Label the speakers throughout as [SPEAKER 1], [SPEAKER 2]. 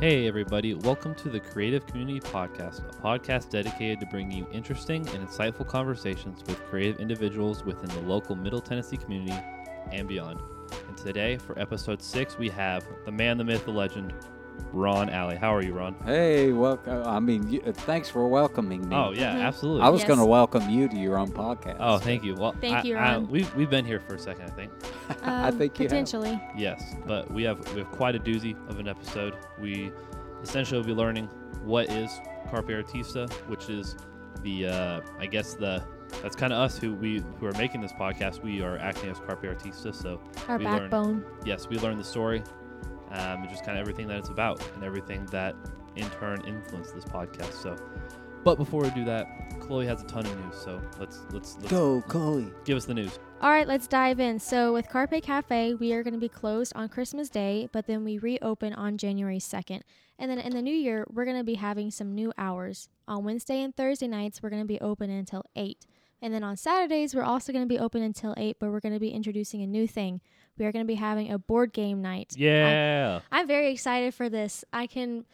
[SPEAKER 1] Hey, everybody, welcome to the Creative Community Podcast, a podcast dedicated to bringing you interesting and insightful conversations with creative individuals within the local Middle Tennessee community and beyond. And today, for episode six, we have the man, the myth, the legend, Ron Alley. How are you, Ron?
[SPEAKER 2] Hey, welcome. I mean, you, uh, thanks for welcoming me.
[SPEAKER 1] Oh, yeah,
[SPEAKER 3] Mhm.
[SPEAKER 1] absolutely.
[SPEAKER 2] I was
[SPEAKER 3] Yes.
[SPEAKER 2] going to welcome you to your own podcast.
[SPEAKER 1] Oh, thank you. Well,
[SPEAKER 3] Thank
[SPEAKER 1] I-
[SPEAKER 3] you,
[SPEAKER 1] I-
[SPEAKER 3] Ron.
[SPEAKER 1] we've, we've been here for a second, I think.
[SPEAKER 2] I
[SPEAKER 3] Um,
[SPEAKER 2] think you have.
[SPEAKER 3] potentially.
[SPEAKER 1] Yes, but we have we have quite a doozy of an episode. We essentially will be learning what is carpe artista, which is the uh, I guess the that's kind of us who we who are making this podcast. We are acting as carpe artista, so
[SPEAKER 3] Our
[SPEAKER 1] We learn.
[SPEAKER 3] backbone.
[SPEAKER 1] yes, we learned the story, um, and just kind of everything that it's about, and everything that in turn influenced this podcast. So, but before we do that, Chloe has a ton of news, so let's let's, let's
[SPEAKER 2] Go, Chloe.
[SPEAKER 1] give us the news.
[SPEAKER 3] All right, let's dive in. So, with Carpe Cafe, we are going to be closed on Christmas Day, but then we reopen on January 2nd. And then in the new year, we're going to be having some new hours. On Wednesday and Thursday nights, we're going to be open until 8. And then on Saturdays, we're also going to be open until 8, but we're going to be introducing a new thing. We are going to be having a board game night.
[SPEAKER 1] Yeah,
[SPEAKER 3] I'm very excited for this. I can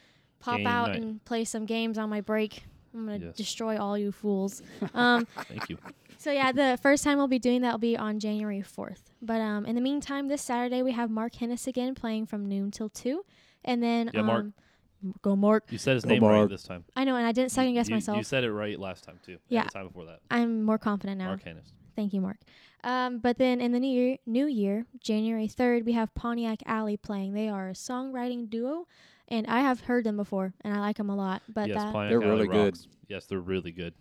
[SPEAKER 3] pop
[SPEAKER 1] Game
[SPEAKER 3] out
[SPEAKER 1] night.
[SPEAKER 3] and play some games on my break. I'm going to
[SPEAKER 1] Yes.
[SPEAKER 3] destroy all you fools. Um,
[SPEAKER 1] thank you.
[SPEAKER 3] so yeah, the first time we'll be doing that will be on January 4th. But um, in the meantime, this Saturday we have Mark Hennis again playing from noon till two, and then
[SPEAKER 1] Yeah, Mark.
[SPEAKER 3] um, go Mark.
[SPEAKER 1] You said his
[SPEAKER 2] Go
[SPEAKER 1] name right
[SPEAKER 2] Mark.
[SPEAKER 1] this time.
[SPEAKER 3] I know, and I didn't second guess
[SPEAKER 1] you,
[SPEAKER 3] myself.
[SPEAKER 1] You said it right last time too. and
[SPEAKER 3] Yeah.
[SPEAKER 1] The time before that.
[SPEAKER 3] I'm more confident now.
[SPEAKER 1] Mark Hannis.
[SPEAKER 3] Thank you, Mark. Um, but then in the new year, new year, January 3rd, we have Pontiac Alley playing. They are a songwriting duo, and I have heard them before, and I like them a lot. But uh,
[SPEAKER 1] yes,
[SPEAKER 3] that
[SPEAKER 1] Pontiac
[SPEAKER 2] They're
[SPEAKER 1] Alley
[SPEAKER 2] really good.
[SPEAKER 1] rocks. Yes, they're really good.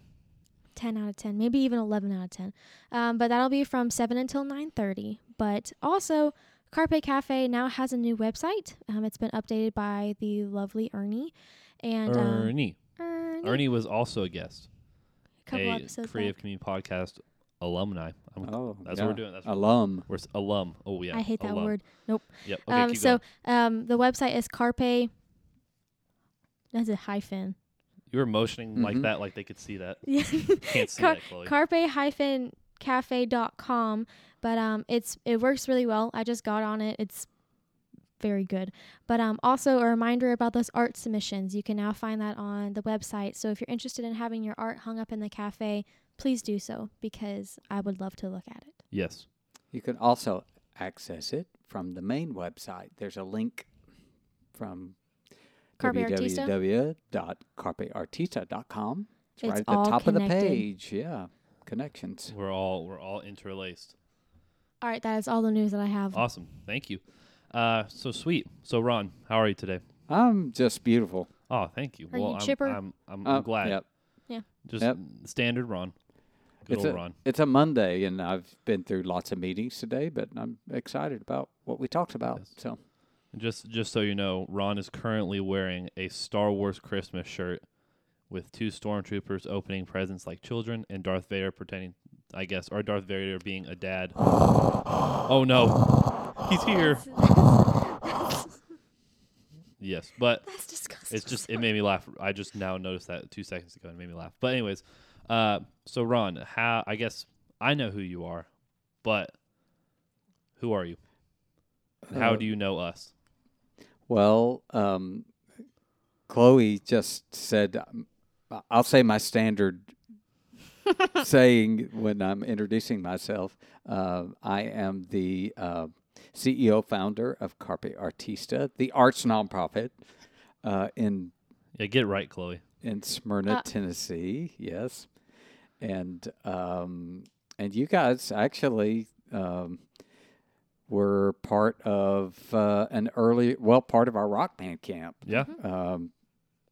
[SPEAKER 3] 10 out of 10 maybe even 11 out of 10 um, but that'll be from 7 until 9.30 but also carpe cafe now has a new website um, it's been updated by the lovely ernie and um,
[SPEAKER 1] Ernie.
[SPEAKER 3] ernie,
[SPEAKER 1] Ernie was also a guest.
[SPEAKER 3] a couple
[SPEAKER 1] a
[SPEAKER 3] episodes
[SPEAKER 1] Creative
[SPEAKER 3] back.
[SPEAKER 1] Community Podcast alumni. I'm,
[SPEAKER 2] Oh,
[SPEAKER 1] that's
[SPEAKER 2] yeah.
[SPEAKER 1] what we're doing. That's what
[SPEAKER 2] Alum.
[SPEAKER 1] we're s- alum. Oh yeah.
[SPEAKER 3] i hate that
[SPEAKER 1] alum.
[SPEAKER 3] word nope
[SPEAKER 1] Yep. Okay,
[SPEAKER 3] um,
[SPEAKER 1] keep
[SPEAKER 3] so
[SPEAKER 1] going.
[SPEAKER 3] um, the website is carpe that's a hyphen
[SPEAKER 1] you were motioning like
[SPEAKER 2] Mhm.
[SPEAKER 1] that, like they could see that.
[SPEAKER 3] yeah
[SPEAKER 1] Can't see
[SPEAKER 3] Car-
[SPEAKER 1] that, Chloe.
[SPEAKER 3] carpe hyphen cafe.com but um it's it works really well i just got on it it's very good but um also a reminder about those art submissions you can now find that on the website so if you're interested in having your art hung up in the cafe please do so because i would love to look at it
[SPEAKER 1] yes.
[SPEAKER 2] You can also access it from the main website. There's a link from
[SPEAKER 3] Carpe Artista?
[SPEAKER 2] www.carpeartista.com. It's,
[SPEAKER 3] It's
[SPEAKER 2] right at the
[SPEAKER 3] all
[SPEAKER 2] top of the
[SPEAKER 3] connected.
[SPEAKER 2] page. Yeah. Connections.
[SPEAKER 1] We're all we're all interlaced.
[SPEAKER 3] all right that is all the news that i have
[SPEAKER 1] Awesome. Thank you. Uh, so sweet. So Ron, how are you today?
[SPEAKER 2] I'm just beautiful.
[SPEAKER 1] Oh, thank you.
[SPEAKER 3] Are
[SPEAKER 1] well,
[SPEAKER 3] you
[SPEAKER 1] I'm,
[SPEAKER 3] chipper?
[SPEAKER 1] I'm, I'm, I'm
[SPEAKER 2] Uh,
[SPEAKER 1] glad.
[SPEAKER 2] Yep.
[SPEAKER 1] Just
[SPEAKER 2] Yep.
[SPEAKER 1] standard Ron. Good
[SPEAKER 2] it's
[SPEAKER 1] old
[SPEAKER 2] a,
[SPEAKER 1] Ron.
[SPEAKER 2] It's a Monday, and I've been through lots of meetings today, but I'm excited about what we talked about.
[SPEAKER 1] Yes.
[SPEAKER 2] So
[SPEAKER 1] Just just so you know, Ron is currently wearing a Star Wars Christmas shirt with two stormtroopers opening presents like children and Darth Vader pretending I guess or Darth Vader being a dad. oh no. He's here.
[SPEAKER 3] that's,
[SPEAKER 1] Yes, but
[SPEAKER 3] disgusting
[SPEAKER 1] it's just it made me laugh. I just now noticed that 2 seconds ago and it made me laugh. But anyways, uh so Ron, how I guess I know who you are, but who are you? And How
[SPEAKER 2] Uh,
[SPEAKER 1] do you know us?
[SPEAKER 2] Well, um, Chloe just said, um, I- I'll say my standard saying when I'm introducing myself. Uh, I am the uh, CEO founder of Carpe Artista, the arts nonprofit uh, in
[SPEAKER 1] Yeah, get right, Chloe.
[SPEAKER 2] in Smyrna,
[SPEAKER 3] Uh,
[SPEAKER 2] Tennessee. Yes, and um, and you guys actually um, were part of uh, an early, well, part of our rock band camp.
[SPEAKER 1] Yeah.
[SPEAKER 2] Um,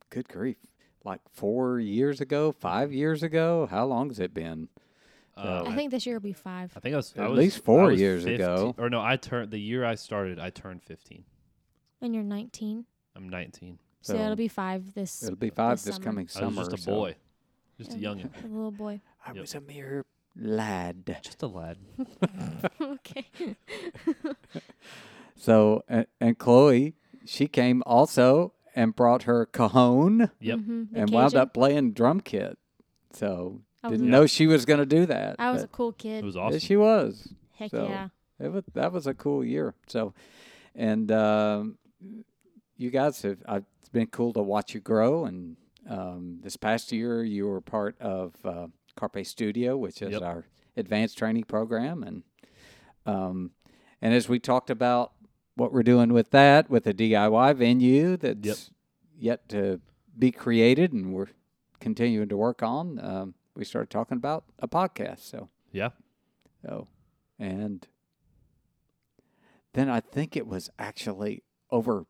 [SPEAKER 2] good grief! Like four years ago, five years ago. How long has it been?
[SPEAKER 1] Uh,
[SPEAKER 3] i think this year will be five
[SPEAKER 1] I think I was I
[SPEAKER 2] Oh, At
[SPEAKER 1] was-
[SPEAKER 2] least four
[SPEAKER 1] I was
[SPEAKER 2] years
[SPEAKER 1] 15
[SPEAKER 2] ago.
[SPEAKER 1] Or no, I turned the year I started. I turned fifteen.
[SPEAKER 3] and you're 19
[SPEAKER 1] I'm nineteen.
[SPEAKER 3] so,
[SPEAKER 2] So-
[SPEAKER 3] it'll be five this
[SPEAKER 2] It'll be five
[SPEAKER 3] This
[SPEAKER 2] this,
[SPEAKER 3] summer.
[SPEAKER 2] coming summer.
[SPEAKER 1] I was just a
[SPEAKER 2] so-
[SPEAKER 1] boy, just a
[SPEAKER 3] Yeah.
[SPEAKER 1] youngin,
[SPEAKER 3] a little boy
[SPEAKER 2] I
[SPEAKER 1] Yep.
[SPEAKER 2] was a mere lad.
[SPEAKER 1] just a lad.
[SPEAKER 3] okay
[SPEAKER 2] So and, and Chloe, she came also and brought her cajon.
[SPEAKER 1] Yep.
[SPEAKER 3] Mhm, the
[SPEAKER 2] and wound
[SPEAKER 3] Cajun.
[SPEAKER 2] up playing drum kit. So
[SPEAKER 3] I was
[SPEAKER 2] didn't
[SPEAKER 1] Yeah.
[SPEAKER 2] know she was going to do that.
[SPEAKER 3] I was a
[SPEAKER 2] but
[SPEAKER 3] cool kid.
[SPEAKER 1] It was
[SPEAKER 2] yeah,
[SPEAKER 1] awesome.
[SPEAKER 2] she was.
[SPEAKER 3] Heck
[SPEAKER 2] so-
[SPEAKER 3] yeah.
[SPEAKER 2] It was that was a cool year. So, and um, you guys have uh, it's been cool to watch you grow. And um, this past year, you were part of uh, Carpe Studio, which is
[SPEAKER 1] Yep.
[SPEAKER 2] our advanced training program, and um, and as we talked about what we're doing with that, with a DIY venue that's yet to be created, and we're continuing to work on, um, we started talking about a podcast. So
[SPEAKER 1] Yeah.
[SPEAKER 2] so, and then I think it was actually over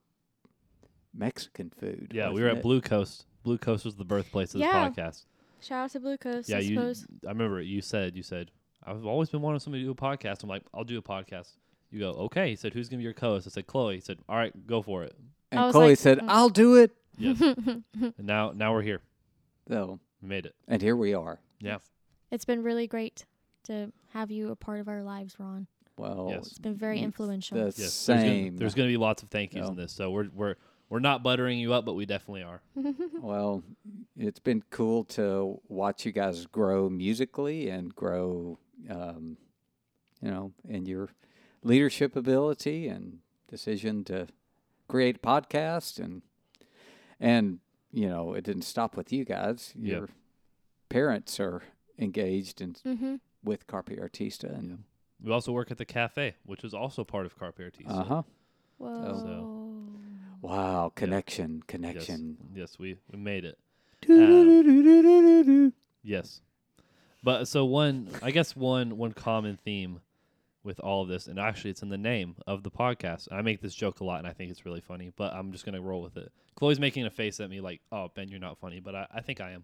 [SPEAKER 2] Mexican food.
[SPEAKER 1] Yeah, we
[SPEAKER 2] wasn't
[SPEAKER 1] were at
[SPEAKER 2] it?
[SPEAKER 1] Blue Coast. Blue Coast was the birthplace of this
[SPEAKER 3] Yeah.
[SPEAKER 1] podcast.
[SPEAKER 3] Shout out to Blue Coast,
[SPEAKER 1] yeah,
[SPEAKER 3] I
[SPEAKER 1] you.
[SPEAKER 3] suppose.
[SPEAKER 1] I remember you said you said I've always been wanting somebody to do a podcast. I'm like, I'll do a podcast. You go, okay. He said, who's gonna be your co-host? I said, Chloe. He said, all right, go for it.
[SPEAKER 2] And
[SPEAKER 3] I was
[SPEAKER 2] Chloe
[SPEAKER 3] like,
[SPEAKER 2] said,
[SPEAKER 3] mm.
[SPEAKER 2] "I'll do it."
[SPEAKER 1] Yes.
[SPEAKER 2] Hmm.
[SPEAKER 1] and now, now we're here.
[SPEAKER 2] So,
[SPEAKER 1] We made it.
[SPEAKER 2] and here we are.
[SPEAKER 1] Yeah.
[SPEAKER 3] it's been really great to have you a part of our lives, Ron.
[SPEAKER 2] Well,
[SPEAKER 1] Yes.
[SPEAKER 3] It's been very
[SPEAKER 2] Mm,
[SPEAKER 3] influential.
[SPEAKER 2] the
[SPEAKER 1] Yes. there's gonna-
[SPEAKER 2] same.
[SPEAKER 1] There's going to be lots of thank yous
[SPEAKER 2] No.
[SPEAKER 1] in this, so we're we're we're not buttering you up, but we definitely are.
[SPEAKER 2] well, it's been cool to watch you guys grow musically and grow, um, you know, in your leadership ability and decision to create a podcast and and you know it didn't stop with you guys.
[SPEAKER 1] Yeah.
[SPEAKER 2] Your parents are engaged in
[SPEAKER 3] hmm
[SPEAKER 2] with Carpe Artista and
[SPEAKER 1] We also work at the cafe, which is also part of Carpe Artista.
[SPEAKER 2] uh huh.
[SPEAKER 3] Whoa.
[SPEAKER 2] Wow, connection, connection.
[SPEAKER 1] Yes, we we made it. Um,
[SPEAKER 2] Doo-doo-doo-doo-doo-doo.
[SPEAKER 1] Yes, but uh, so one, I guess one one common theme with all of this, and actually it's in the name of the podcast. I make this joke a lot, and I think it's really funny, but I'm just gonna roll with it. Chloe's making a face at me like, "Oh, Ben, you're not funny," but I, I think I am.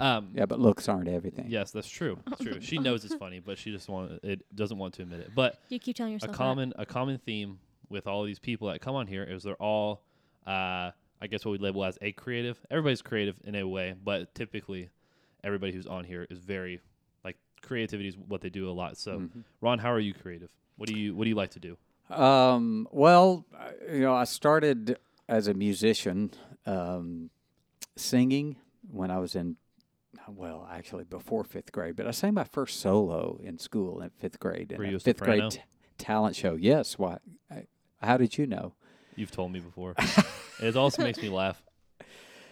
[SPEAKER 1] Um,
[SPEAKER 2] Yeah, but looks aren't everything.
[SPEAKER 1] Yes, that's true. It's true. She knows it's funny, but she just want it doesn't want to admit it. But
[SPEAKER 3] You keep telling
[SPEAKER 1] a
[SPEAKER 3] yourself that.
[SPEAKER 1] common a common theme with all these people that come on here is they're all uh, I guess what we label as a creative. Everybody's creative in a way, but typically everybody who's on here is very like creativity is what they do a lot. So
[SPEAKER 2] Mm-hmm.
[SPEAKER 1] Ron, how are you creative? What do you what do you like to do?
[SPEAKER 2] Um, well, I- you know, I started as a musician, um, singing when I was in, well, actually before fifth grade, but I sang my first solo in school in fifth grade. in
[SPEAKER 1] Were
[SPEAKER 2] a
[SPEAKER 1] you a
[SPEAKER 2] fifth grade
[SPEAKER 1] soprano?
[SPEAKER 2] t- talent show? Yes. Why? I, how did you know?
[SPEAKER 1] You've told me before. it also makes me laugh.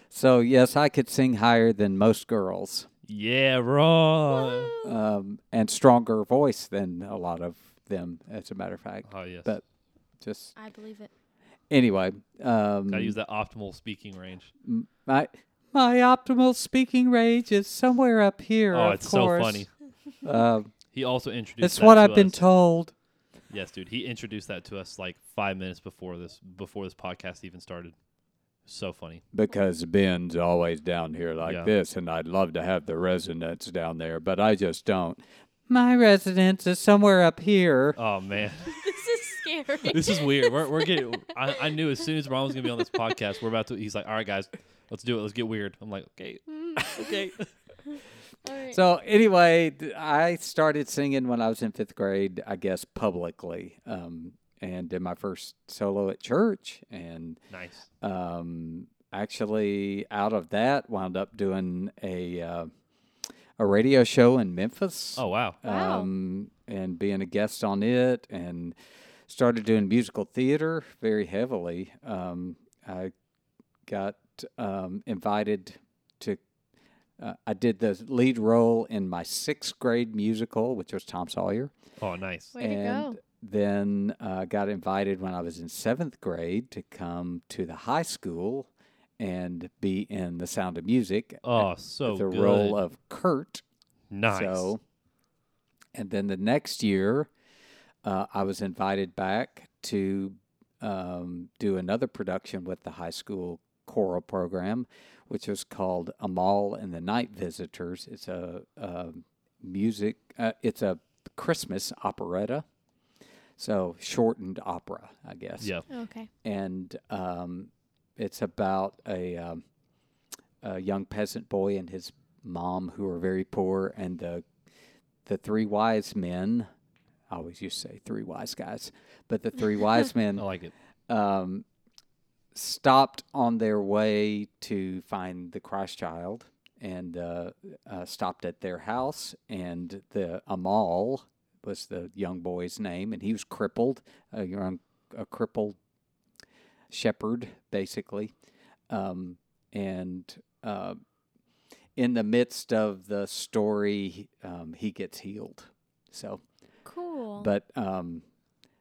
[SPEAKER 2] So yes, I could sing higher than most girls,
[SPEAKER 1] Yeah, Ron.
[SPEAKER 2] um, and stronger voice than a lot of them. As a matter of fact,
[SPEAKER 1] Oh yes.
[SPEAKER 2] But- just
[SPEAKER 3] I believe it.
[SPEAKER 2] anyway. Um,
[SPEAKER 1] Gotta use that optimal speaking range.
[SPEAKER 2] M- My my optimal speaking range is somewhere up here.
[SPEAKER 1] Oh,
[SPEAKER 2] of
[SPEAKER 1] it's
[SPEAKER 2] course.
[SPEAKER 1] so funny.
[SPEAKER 2] Um,
[SPEAKER 1] He also introduced
[SPEAKER 2] it's
[SPEAKER 1] that
[SPEAKER 2] what
[SPEAKER 1] to
[SPEAKER 2] I've been
[SPEAKER 1] us.
[SPEAKER 2] told.
[SPEAKER 1] Yes, dude. He introduced that to us like five minutes before this before this podcast even started. So funny.
[SPEAKER 2] Because Ben's always down here like
[SPEAKER 1] Yeah.
[SPEAKER 2] this, and I'd love to have the resonance down there, but I just don't. My resonance is somewhere up here.
[SPEAKER 1] Oh man,
[SPEAKER 3] This is scary.
[SPEAKER 1] this is weird. We're we're getting. I, I knew as soon as Ron was gonna be on this podcast, we're about to. He's like, all right, guys, let's do it. Let's get weird. I'm like, okay,
[SPEAKER 3] Mm,
[SPEAKER 1] okay.
[SPEAKER 3] All right.
[SPEAKER 2] So anyway, th- I started singing when I was in fifth grade, I guess publicly, um, and did my first solo at church, and
[SPEAKER 1] Nice.
[SPEAKER 2] um, actually out of that wound up doing a uh, a radio show in Memphis.
[SPEAKER 1] Oh wow.
[SPEAKER 3] Wow.
[SPEAKER 2] Um, and being a guest on it, and started doing musical theater very heavily. Um, I got um, invited to. Uh, I did the lead role in my sixth grade musical, which was Tom Sawyer
[SPEAKER 1] Oh nice.
[SPEAKER 3] Way to
[SPEAKER 2] and
[SPEAKER 3] go.
[SPEAKER 2] then uh, got invited when I was in seventh grade to come to the high school and be in The Sound of Music.
[SPEAKER 1] Oh so
[SPEAKER 2] with the
[SPEAKER 1] good.
[SPEAKER 2] role of Kurt.
[SPEAKER 1] nice.
[SPEAKER 2] So, and then the next year, uh, I was invited back to um, do another production with the high school choral program, which was called Amal and the Night Visitors. It's a, a music. Uh, it's a Christmas operetta, so shortened opera, I guess
[SPEAKER 1] yeah.
[SPEAKER 3] Okay.
[SPEAKER 2] and um, it's about a, um, a young peasant boy and his mom who are very poor, and the the three wise men. I always used to say three wise guys, but the three wise
[SPEAKER 1] I
[SPEAKER 2] men
[SPEAKER 1] like it.
[SPEAKER 2] um, stopped on their way to find the Christ child and uh, uh, stopped at their house. And the Amal was the young boy's name, and he was crippled, a young, a crippled shepherd, basically. Um, and uh, in the midst of the story, um, he gets healed. So,
[SPEAKER 3] Cool.
[SPEAKER 2] but um,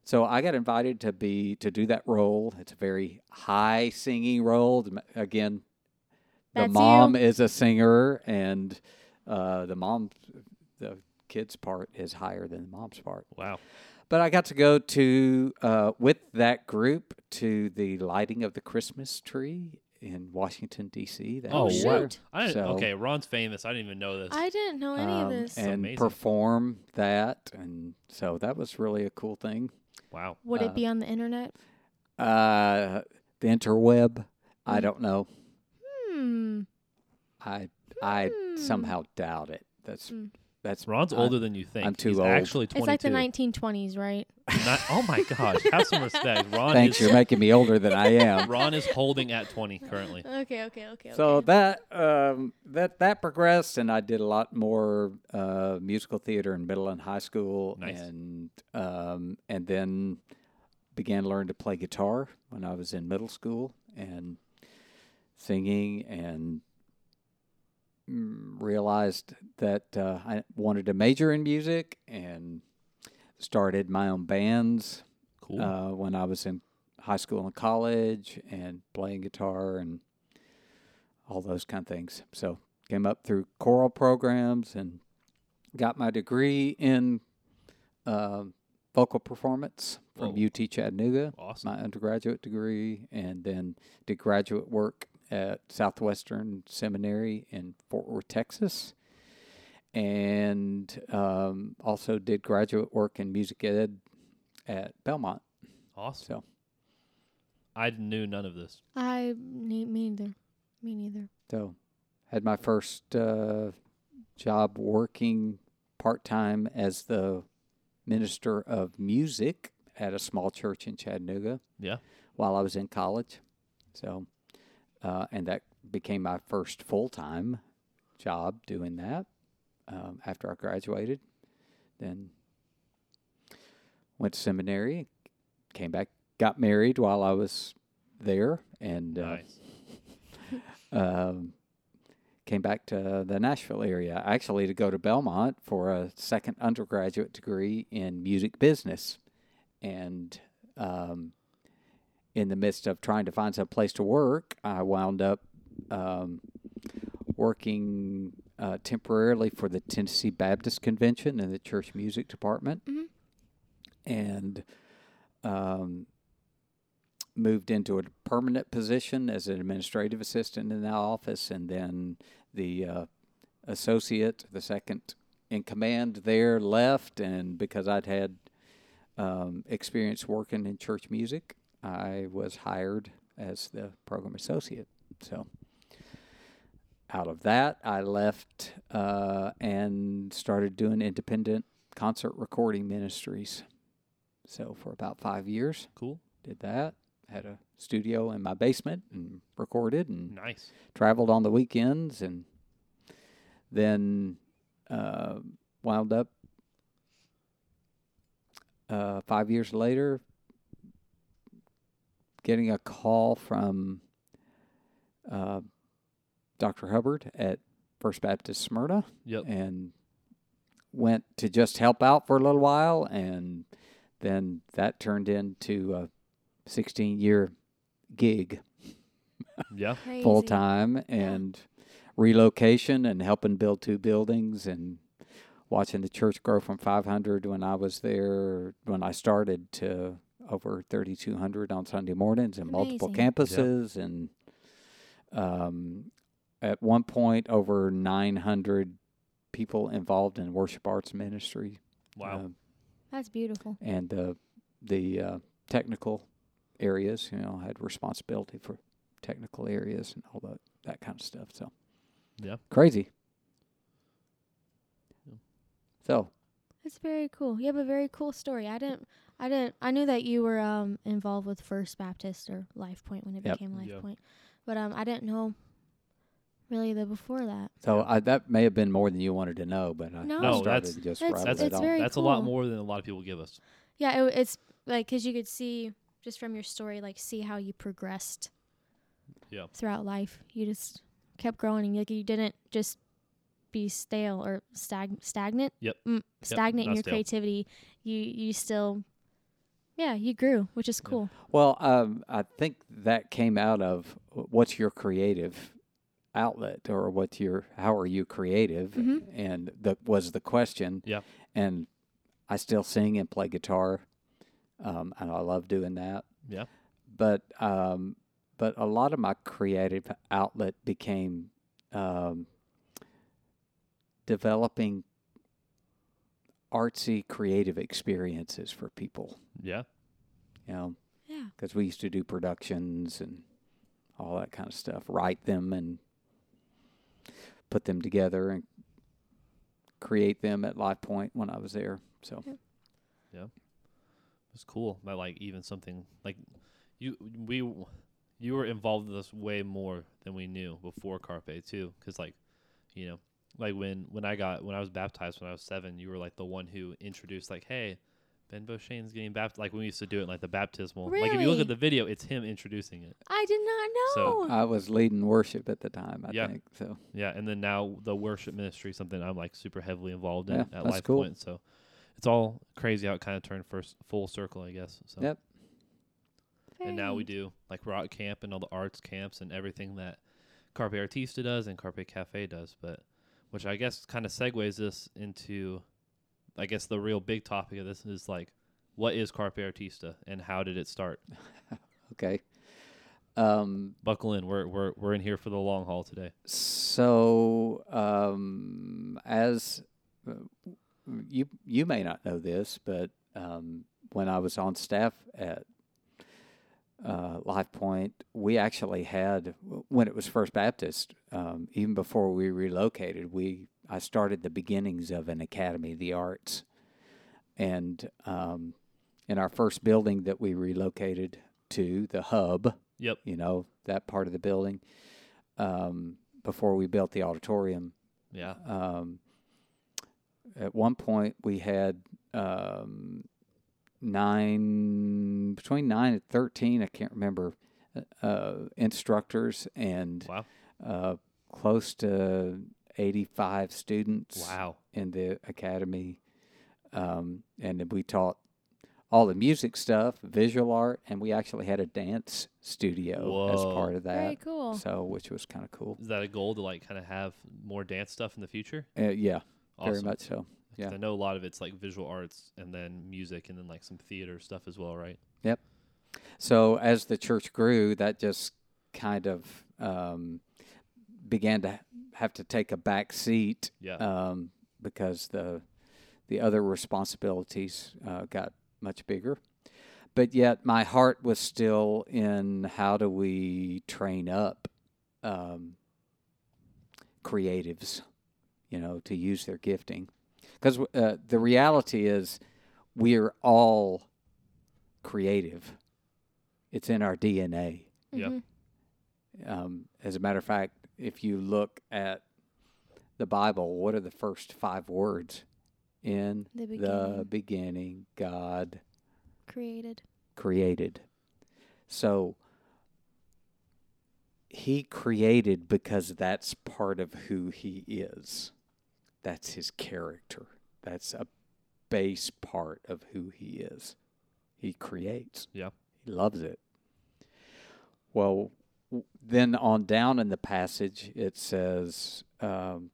[SPEAKER 2] so I got invited to be to do that role. It's a very high singing role. M- Again, the
[SPEAKER 3] That's you?
[SPEAKER 2] mom is a singer, and uh, the mom, the kid's part is higher than the mom's part.
[SPEAKER 1] Wow.
[SPEAKER 2] But I got to go to uh, with that group to the lighting of the Christmas tree in Washington D.C. That
[SPEAKER 1] Oh,
[SPEAKER 2] year.
[SPEAKER 1] wow.
[SPEAKER 3] Shoot.
[SPEAKER 1] I didn't,
[SPEAKER 2] So-
[SPEAKER 1] okay, Ron's famous. I didn't even know this.
[SPEAKER 3] I didn't know any
[SPEAKER 2] um,
[SPEAKER 3] of this.
[SPEAKER 2] and
[SPEAKER 1] Amazing.
[SPEAKER 2] perform that, and so that was really a cool thing.
[SPEAKER 1] wow.
[SPEAKER 3] Would
[SPEAKER 2] uh,
[SPEAKER 3] it be on the internet?
[SPEAKER 2] Uh, the interweb, I
[SPEAKER 3] Mm.
[SPEAKER 2] don't know.
[SPEAKER 3] Hmm.
[SPEAKER 2] I I
[SPEAKER 3] Hmm.
[SPEAKER 2] somehow doubt it. That's
[SPEAKER 3] Mm.
[SPEAKER 2] that's
[SPEAKER 1] Ron's
[SPEAKER 2] I-
[SPEAKER 1] older than you think.
[SPEAKER 2] I'm too
[SPEAKER 1] He's
[SPEAKER 2] old.
[SPEAKER 1] Actually, 22.
[SPEAKER 3] It's like the 1920s, right?
[SPEAKER 1] Not- oh my gosh! Have some respect. Ron
[SPEAKER 2] Thanks,
[SPEAKER 1] is
[SPEAKER 2] you're making me older than I am.
[SPEAKER 1] Uh, Ron is holding at 20 currently.
[SPEAKER 3] Okay, okay, okay.
[SPEAKER 2] So
[SPEAKER 3] okay.
[SPEAKER 2] that um, that that progressed, and I did a lot more uh, musical theater in middle and high school,
[SPEAKER 1] Nice.
[SPEAKER 2] and um, and then began learning to play guitar when I was in middle school, and singing, and mm, realized that uh, I wanted to major in music, and started my own bands
[SPEAKER 1] Cool.
[SPEAKER 2] uh, when I was in high school and college and playing guitar and all those kind of things. So came up through choral programs and got my degree in uh, vocal performance from
[SPEAKER 1] Whoa.
[SPEAKER 2] UT Chattanooga,
[SPEAKER 1] awesome.
[SPEAKER 2] my undergraduate degree, and then did graduate work at Southwestern Seminary in Fort Worth, Texas. And um, also did graduate work in music ed at Belmont.
[SPEAKER 1] awesome.
[SPEAKER 2] So
[SPEAKER 1] I knew none of this.
[SPEAKER 3] I ne- me neither. Me neither.
[SPEAKER 2] so had my first uh, job working part time as the minister of music at a small church in Chattanooga.
[SPEAKER 1] Yeah.
[SPEAKER 2] While I was in college, so uh, and that became my first full time job doing that um, after I graduated. Then went to seminary, came back, got married while I was there, and uh,
[SPEAKER 1] Nice.
[SPEAKER 2] um, came back to the Nashville area, actually to go to Belmont for a second undergraduate degree in music business. And um, in the midst of trying to find some place to work, I wound up um, working uh, temporarily for the Tennessee Baptist Convention in the church music department.
[SPEAKER 3] Mhm.
[SPEAKER 2] And um, moved into a permanent position as an administrative assistant in that office, and then the uh, associate, the second in command there, left. And because I'd had um, experience working in church music, I was hired as the program associate. So out of that, I left uh, and started doing independent concert recording ministries. So for about five years
[SPEAKER 1] Cool.
[SPEAKER 2] did that. Had a studio in my basement and recorded and
[SPEAKER 1] Nice.
[SPEAKER 2] traveled on the weekends and then uh, wound up uh, five years later getting a call from uh, Dr. Hubbard at First Baptist Smyrna
[SPEAKER 1] Yep.
[SPEAKER 2] and went to just help out for a little while and then that turned into a 16 year gig
[SPEAKER 1] Yeah.
[SPEAKER 3] Crazy.
[SPEAKER 2] full time and relocation and helping build two buildings and watching the church grow from 500 when I was there when I started to over 3200 on Sunday mornings and multiple
[SPEAKER 3] Amazing.
[SPEAKER 2] campuses and um, at one point over 900 people involved in worship arts ministry
[SPEAKER 1] Wow.
[SPEAKER 2] um,
[SPEAKER 3] That's beautiful.
[SPEAKER 2] and the the uh, technical areas. You know, had responsibility for technical areas and all that that kind of stuff. So
[SPEAKER 1] Yeah.
[SPEAKER 2] crazy.
[SPEAKER 1] Yeah.
[SPEAKER 2] So
[SPEAKER 3] That's very cool. You have a very cool story. I didn't. I didn't. I knew that you were um involved with First Baptist or Life Point when it
[SPEAKER 2] Yep.
[SPEAKER 3] became Life
[SPEAKER 1] Yeah.
[SPEAKER 3] Point, but um I didn't know really the before that.
[SPEAKER 2] so
[SPEAKER 1] Yeah.
[SPEAKER 2] I, that may have been more than you wanted to know, but I
[SPEAKER 3] No.
[SPEAKER 1] No,
[SPEAKER 2] started
[SPEAKER 1] that's-
[SPEAKER 2] to just
[SPEAKER 3] that's-
[SPEAKER 2] rattle
[SPEAKER 1] That's
[SPEAKER 2] it
[SPEAKER 3] it's
[SPEAKER 2] off.
[SPEAKER 3] very
[SPEAKER 1] that's a lot
[SPEAKER 3] cool.
[SPEAKER 1] more than a lot of people give us.
[SPEAKER 3] Yeah, it, it's like because you could see just from your story, like see how you progressed.
[SPEAKER 1] Yeah.
[SPEAKER 3] Throughout life, you just kept growing, and like you didn't just be stale or stag- stagnant.
[SPEAKER 1] Yep.
[SPEAKER 3] Mm, stagnant in
[SPEAKER 1] not
[SPEAKER 3] your
[SPEAKER 1] stale.
[SPEAKER 3] creativity. You you still, yeah, you grew, which is
[SPEAKER 1] Yeah.
[SPEAKER 3] cool.
[SPEAKER 2] Well, um, I think that came out of uh, what's your creative outlet or what's your how are you creative
[SPEAKER 3] Mhm.
[SPEAKER 2] and that was the question.
[SPEAKER 1] Yeah.
[SPEAKER 2] And I still sing and play guitar. Um, and I love doing that.
[SPEAKER 1] Yeah.
[SPEAKER 2] But um, but a lot of my creative outlet became um, developing artsy creative experiences for people.
[SPEAKER 1] Yeah.
[SPEAKER 2] You know,
[SPEAKER 3] Yeah.
[SPEAKER 2] because we used to do productions and all that kind of stuff, write them and put them together and create them at Live Point when I was there. So
[SPEAKER 1] It's cool that like even something like you we you were involved in this way more than we knew before Carpe too, because like you know like when when I got when I was baptized when I was seven, you were like the one who introduced like hey. Ben Beauchain's getting baptized. Like when we used to do it, in, like the baptismal. Like if you look
[SPEAKER 3] Really?
[SPEAKER 1] at the video, it's him introducing it.
[SPEAKER 3] I did not know.
[SPEAKER 1] So- uh,
[SPEAKER 2] I was leading worship at the time, I
[SPEAKER 1] Yeah.
[SPEAKER 2] think. So
[SPEAKER 1] Yeah, and then now the worship ministry, is something I'm like super heavily involved in
[SPEAKER 2] Yeah,
[SPEAKER 1] at
[SPEAKER 2] that's
[SPEAKER 1] Life
[SPEAKER 2] cool.
[SPEAKER 1] Point. So it's all crazy how it kind of turned first full circle, I guess. So
[SPEAKER 2] Yep.
[SPEAKER 1] and now we
[SPEAKER 3] Very-
[SPEAKER 1] do like rock camp and all the arts camps and everything that Carpe Artista does and Carpe Cafe does, but which I guess kind of segues this into, I guess the real big topic of this is like, what is Carpe Artista and how did it start?
[SPEAKER 2] okay. Um,
[SPEAKER 1] Buckle in, we're we're we're in here for the long haul today.
[SPEAKER 2] so um, as uh, you you may not know this, but um, when I was on staff at uh, Life Point, we actually had when it was First Baptist, um, even before we relocated, we I started the beginnings of an Academy of the Arts, and um, in our first building that we relocated to the hub,
[SPEAKER 1] Yep.
[SPEAKER 2] you know that part of the building, um, before we built the auditorium,
[SPEAKER 1] Yeah.
[SPEAKER 2] um, at one point we had um, nine between nine and 13 i can't remember uh, instructors and
[SPEAKER 1] Wow.
[SPEAKER 2] uh, close to 85 students
[SPEAKER 1] Wow.
[SPEAKER 2] in the academy um, and then we taught all the music stuff visual art and we actually had a dance studio as
[SPEAKER 1] Whoa.
[SPEAKER 2] part of
[SPEAKER 3] Very
[SPEAKER 2] that
[SPEAKER 3] cool.
[SPEAKER 2] so which was kind of cool
[SPEAKER 1] Is that a goal to like kind of have more dance stuff in the future?
[SPEAKER 2] uh, yeah
[SPEAKER 1] Awesome.
[SPEAKER 2] very much so
[SPEAKER 1] 'Cause
[SPEAKER 2] yeah.
[SPEAKER 1] I know a lot of it's like visual arts and then music and then like some theater stuff as well, right?
[SPEAKER 2] So as the church grew, that just kind of um, began to have to take a back seat
[SPEAKER 1] Yeah.
[SPEAKER 2] um, because the the other responsibilities uh, got much bigger. But yet, my heart was still in how do we train up um, creatives, you know, to use their gifting. Because uh, the reality is, we're all creative. It's in our DNA.
[SPEAKER 1] Yeah.
[SPEAKER 3] Mhm.
[SPEAKER 2] Um, as a matter of fact, if you look at the Bible, what are the first five words? In the
[SPEAKER 3] The beginning.
[SPEAKER 2] beginning, God
[SPEAKER 3] Created.
[SPEAKER 2] created. So he created because that's part of who he is. That's his character. That's a base part of who he is. He creates.
[SPEAKER 1] Yeah.
[SPEAKER 2] He loves it. Well, w- then on down in the passage, it says, um,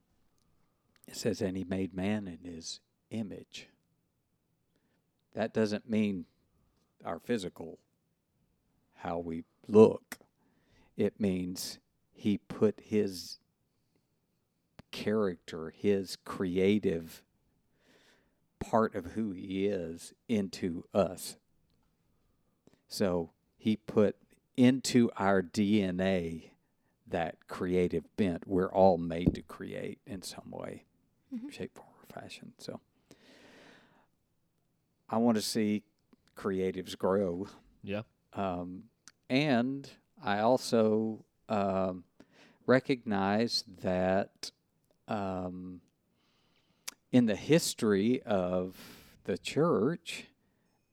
[SPEAKER 2] it says, and he made man in his image. That doesn't mean our physical, how we look. It means he put his character, his creative part of who he is into us. So he put into our DNA that creative bent. We're all made to create in some way,
[SPEAKER 3] Mhm.
[SPEAKER 2] shape, form, or fashion. So I want to see creatives grow.
[SPEAKER 1] Yeah.
[SPEAKER 2] Um, and I also um, recognize that um, in the history of the church,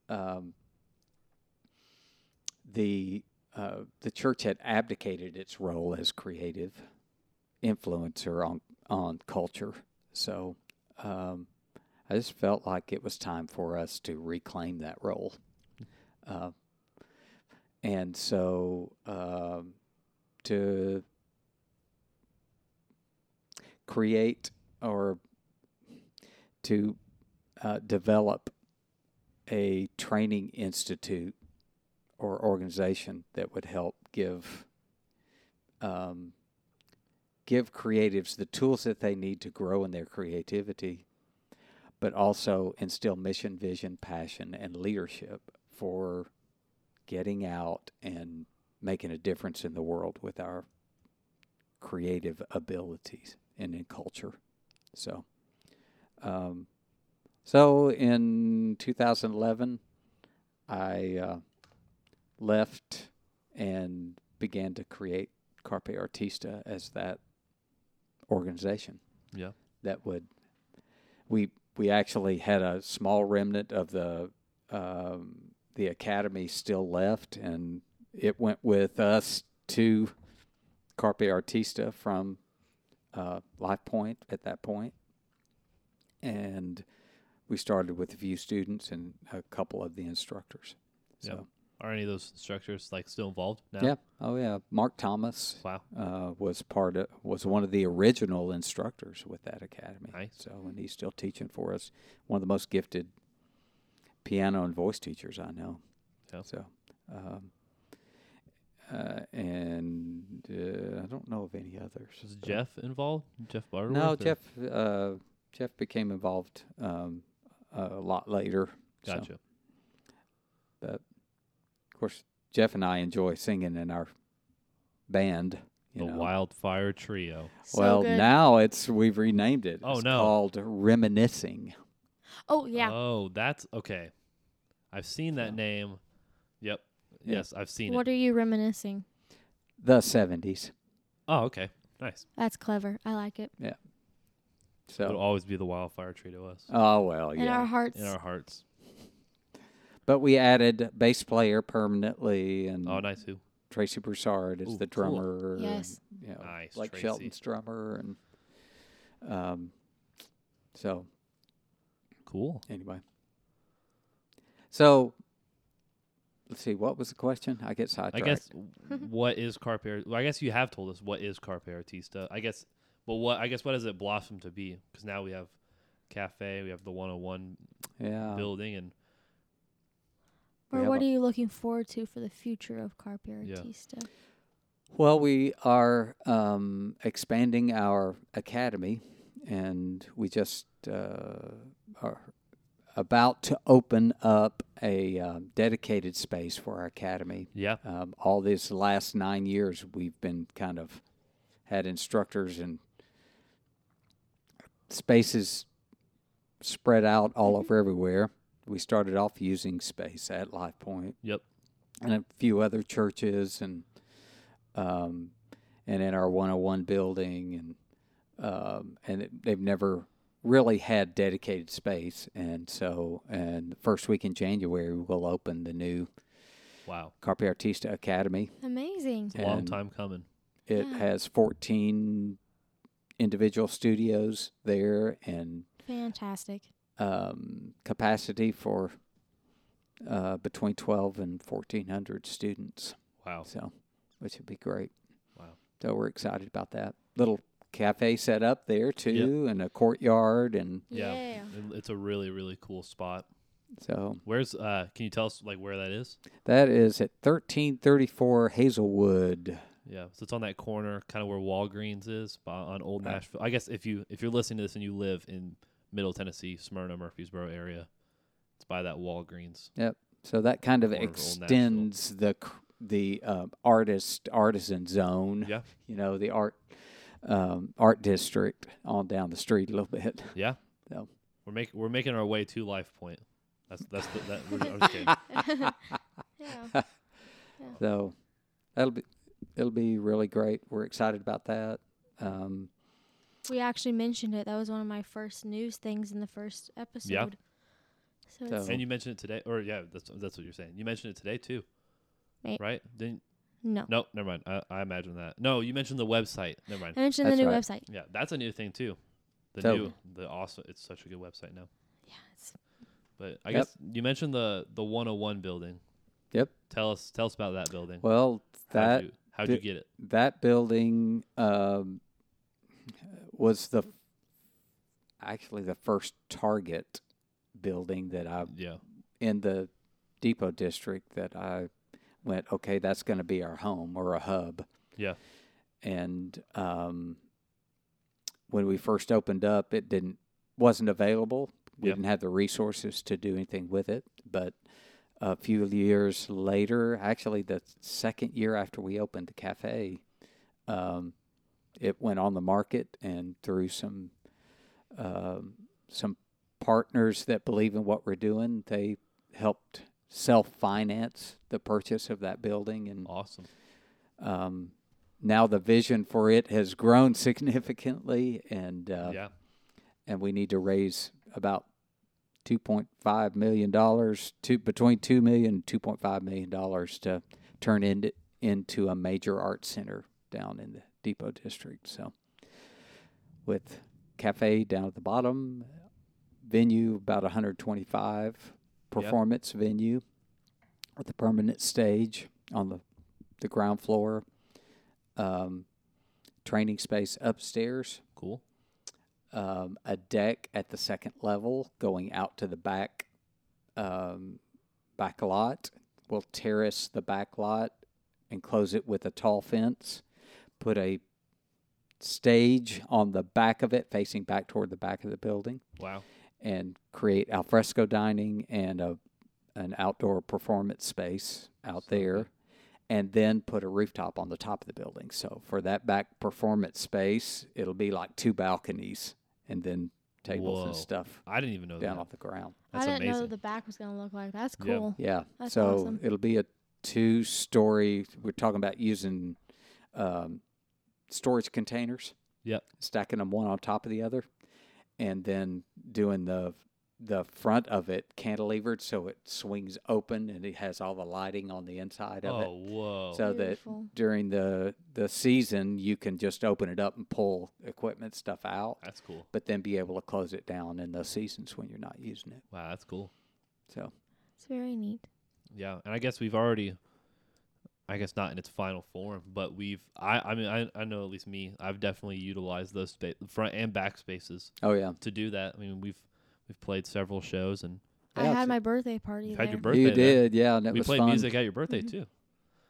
[SPEAKER 2] um, the uh, the church had abdicated its role as creative influencer on on culture. So um, I just felt like it was time for us to reclaim that role. Uh, and so um, to create or to uh, develop a training institute or organization that would help give um, give creatives the tools that they need to grow in their creativity, but also instill mission, vision, passion, and leadership for getting out and making a difference in the world with our creative abilities and in culture. So, um, so in 2011, I uh, left and began to create Carpe Artista as that organization
[SPEAKER 1] Yeah.
[SPEAKER 2] that would we we actually had a small remnant of the um, the academy still left, and it went with us to Carpe Artista from uh, Life Point at that point, and we started with a few students and a couple of the instructors.
[SPEAKER 1] Yeah.
[SPEAKER 2] So
[SPEAKER 1] Are any of those instructors like still involved now?
[SPEAKER 2] yeah, oh yeah, Mark Thomas
[SPEAKER 1] Wow.
[SPEAKER 2] uh, was part of was one of the original instructors with that academy.
[SPEAKER 1] Nice.
[SPEAKER 2] So and he's still teaching for us. One of the most gifted piano and voice teachers I know.
[SPEAKER 1] Yeah.
[SPEAKER 2] So, um, uh, and uh, I don't know of any others.
[SPEAKER 1] Is
[SPEAKER 2] but-
[SPEAKER 1] Jeff involved? Jeff Butterworth?
[SPEAKER 2] No,
[SPEAKER 1] or-
[SPEAKER 2] Jeff. Uh, Jeff became involved um, a lot later. So,
[SPEAKER 1] Gotcha.
[SPEAKER 2] of course, Jeff and I enjoy singing in our band. You
[SPEAKER 1] the
[SPEAKER 2] know.
[SPEAKER 1] Wildfire Trio.
[SPEAKER 3] So
[SPEAKER 2] well,
[SPEAKER 3] good.
[SPEAKER 2] now it's we've renamed it.
[SPEAKER 1] Oh,
[SPEAKER 2] It's
[SPEAKER 1] no.
[SPEAKER 2] Called reminiscing.
[SPEAKER 3] Oh yeah.
[SPEAKER 1] Oh, that's okay. I've seen that
[SPEAKER 2] So-
[SPEAKER 1] name. Yep.
[SPEAKER 2] Yeah.
[SPEAKER 1] Yes, I've seen
[SPEAKER 3] what
[SPEAKER 1] it.
[SPEAKER 3] are you reminiscing?
[SPEAKER 2] The seventies.
[SPEAKER 1] Oh, okay. Nice.
[SPEAKER 3] That's clever. I like it.
[SPEAKER 1] It'll
[SPEAKER 2] So
[SPEAKER 1] always be the Wildfire Trio to us
[SPEAKER 2] oh well,
[SPEAKER 3] In our
[SPEAKER 2] yeah.
[SPEAKER 3] hearts.
[SPEAKER 1] in our hearts.
[SPEAKER 2] But we added bass player permanently, and
[SPEAKER 1] Oh, nice. Who?
[SPEAKER 2] Tracy Broussard is
[SPEAKER 1] Ooh,
[SPEAKER 2] the
[SPEAKER 1] cool.
[SPEAKER 2] drummer. and,
[SPEAKER 3] Yes.
[SPEAKER 2] you know,
[SPEAKER 1] Nice,
[SPEAKER 2] Blake
[SPEAKER 1] Tracy.
[SPEAKER 2] Shelton's drummer, and um, so
[SPEAKER 1] Cool.
[SPEAKER 2] anyway. So let's see. What was the question? I get
[SPEAKER 1] I
[SPEAKER 2] sidetracked.
[SPEAKER 1] guess what is Carpe? Ar- Well, I guess you have told us what is Carpe Artista. I guess. Well, what I guess what does it blossom to be? Because now we have cafe, we have the 101
[SPEAKER 2] yeah.
[SPEAKER 1] building, and
[SPEAKER 2] We
[SPEAKER 3] or
[SPEAKER 2] have
[SPEAKER 3] what
[SPEAKER 2] a-
[SPEAKER 3] are you looking forward to for the future of Carpe Artista?
[SPEAKER 2] Well, we are um, expanding our academy, and we just uh, are about to open up a um, dedicated space for our academy.
[SPEAKER 1] yeah,
[SPEAKER 2] Um, all these last nine years, we've been kind of had instructors and spaces spread out all over everywhere. We started off using space at Life Point
[SPEAKER 1] yep,
[SPEAKER 2] and a few other churches and um, and in our 101 building and um, and it, they've never really had dedicated space and so and the first week in January we'll open the new
[SPEAKER 1] wow,
[SPEAKER 2] Carpe Artista Academy.
[SPEAKER 3] Amazing.
[SPEAKER 1] it's a long
[SPEAKER 2] And-
[SPEAKER 1] time coming.
[SPEAKER 2] It
[SPEAKER 3] Yeah.
[SPEAKER 2] has 14 individual studios there and
[SPEAKER 3] Fantastic.
[SPEAKER 2] um, capacity for uh, between 12 and 1400 students.
[SPEAKER 1] Wow,
[SPEAKER 2] So, which would be great.
[SPEAKER 1] Wow.
[SPEAKER 2] So we're excited about that. Little cafe set up there too, and a courtyard, and
[SPEAKER 1] Yeah.
[SPEAKER 3] yeah.
[SPEAKER 1] It- it's a really really cool spot.
[SPEAKER 2] so
[SPEAKER 1] Where's uh? Can you tell us like where that is?
[SPEAKER 2] that is at thirteen thirty four Hazelwood.
[SPEAKER 1] Yeah, so it's on that corner, kind of where Walgreens is by, on Old
[SPEAKER 2] Uh,
[SPEAKER 1] Nashville. I guess if you if you're listening to this and you live in Middle Tennessee, Smyrna, Murfreesboro area, it's by that Walgreens.
[SPEAKER 2] So that kind of
[SPEAKER 1] Corner of Old Nashville.
[SPEAKER 2] extends the cr- the um, artist artisan zone.
[SPEAKER 1] Yeah.
[SPEAKER 2] you know the art um, art district on down the street a little bit.
[SPEAKER 1] Yeah.
[SPEAKER 2] No.
[SPEAKER 1] We're making we're making our way to Life Point. That's that's the, that. We're, I'm just kidding.
[SPEAKER 3] yeah.
[SPEAKER 2] So that'll be it'll be really great. We're excited about that. Um,
[SPEAKER 3] We actually mentioned it. That was one of my first news things in the first episode. So, it's,
[SPEAKER 2] So-
[SPEAKER 1] And you mentioned it today, or yeah, that's that's what you're saying. You mentioned it today too.
[SPEAKER 3] Wait.
[SPEAKER 1] right? Didn't
[SPEAKER 3] No.
[SPEAKER 1] no, never mind. I, I imagine that. No, you mentioned the website. Never mind.
[SPEAKER 3] I mentioned the
[SPEAKER 2] That's
[SPEAKER 3] new
[SPEAKER 2] right.
[SPEAKER 3] website.
[SPEAKER 1] Yeah, that's a new thing too. The
[SPEAKER 2] So-
[SPEAKER 1] new, the awesome. It's such a good website now.
[SPEAKER 3] Yeah, it's
[SPEAKER 1] But I
[SPEAKER 2] Yep.
[SPEAKER 1] guess you mentioned the the 101 building.
[SPEAKER 2] Yep.
[SPEAKER 1] Tell us tell us about that building.
[SPEAKER 2] Well,
[SPEAKER 1] how'd
[SPEAKER 2] that
[SPEAKER 1] you, how'd
[SPEAKER 2] di-
[SPEAKER 1] you get it?
[SPEAKER 2] that building um, was the actually the first Target building that I
[SPEAKER 1] Yeah.
[SPEAKER 2] in the depot district that I went, okay, that's going to be our home or a hub.
[SPEAKER 1] Yeah.
[SPEAKER 2] And um, when we first opened up, it didn't wasn't available. We
[SPEAKER 1] Yeah.
[SPEAKER 2] didn't have the resources to do anything with it. But a few years later, actually the second year after we opened the cafe, um, it went on the market and through some um, some partners that believe in what we're doing, they helped self finance the purchase of that building. And
[SPEAKER 1] Awesome.
[SPEAKER 2] um, now the vision for it has grown significantly, and uh,
[SPEAKER 1] yeah.
[SPEAKER 2] and we need to raise about two point five million dollars to between two million and two point five million dollars to turn into into a major art center down in the depot district. So with cafe down at the bottom, venue about 125, performance venue with a permanent stage on the, the ground floor, um, training space upstairs,
[SPEAKER 1] Cool.
[SPEAKER 2] um, a deck at the second level going out to the back um, back lot. We'll terrace the back lot and close it with a tall fence. Put a stage on the back of it, facing back toward the back of the building,
[SPEAKER 1] Wow.
[SPEAKER 2] and create alfresco dining and a an outdoor performance space out
[SPEAKER 1] So good.
[SPEAKER 2] there. And then put a rooftop on the top of the building. So for that back performance space, it'll be like two balconies and then tables and
[SPEAKER 1] Whoa.
[SPEAKER 2] stuff
[SPEAKER 1] I didn't even know
[SPEAKER 2] down
[SPEAKER 1] that.
[SPEAKER 2] off the ground.
[SPEAKER 1] That's
[SPEAKER 3] I didn't
[SPEAKER 1] amazing.
[SPEAKER 3] know the back was gonna look like. That's
[SPEAKER 1] Yeah.
[SPEAKER 3] cool.
[SPEAKER 2] Yeah.
[SPEAKER 3] That's
[SPEAKER 2] so
[SPEAKER 3] awesome.
[SPEAKER 2] it'll be a two story. We're talking about using um, storage containers.
[SPEAKER 1] Yep.
[SPEAKER 2] Stacking them one on top of the other, and then doing the the front of it cantilevered so it swings open and it has all the lighting on the inside of
[SPEAKER 1] oh
[SPEAKER 2] it.
[SPEAKER 1] whoa.
[SPEAKER 2] So
[SPEAKER 3] Beautiful.
[SPEAKER 2] that during the the season you can just open it up and pull equipment stuff out,
[SPEAKER 1] that's cool.
[SPEAKER 2] but then be able to close it down in those seasons when you're not using it.
[SPEAKER 1] Wow, that's cool.
[SPEAKER 2] So
[SPEAKER 3] It's very neat.
[SPEAKER 1] Yeah, and I guess we've already, I guess not in its final form, but we've. I I mean I I know at least me. I've definitely utilized those spa- front and back spaces
[SPEAKER 2] oh yeah.
[SPEAKER 1] to do that. I mean we've we've played several shows and
[SPEAKER 3] I
[SPEAKER 2] Yeah,
[SPEAKER 3] had
[SPEAKER 2] it's-
[SPEAKER 3] my birthday party
[SPEAKER 1] you
[SPEAKER 3] there.
[SPEAKER 1] had your birthday.
[SPEAKER 2] you
[SPEAKER 1] there.
[SPEAKER 2] did, yeah, and it
[SPEAKER 1] We
[SPEAKER 2] was
[SPEAKER 1] played
[SPEAKER 2] fun.
[SPEAKER 1] music at your birthday
[SPEAKER 3] Mhm.
[SPEAKER 1] too.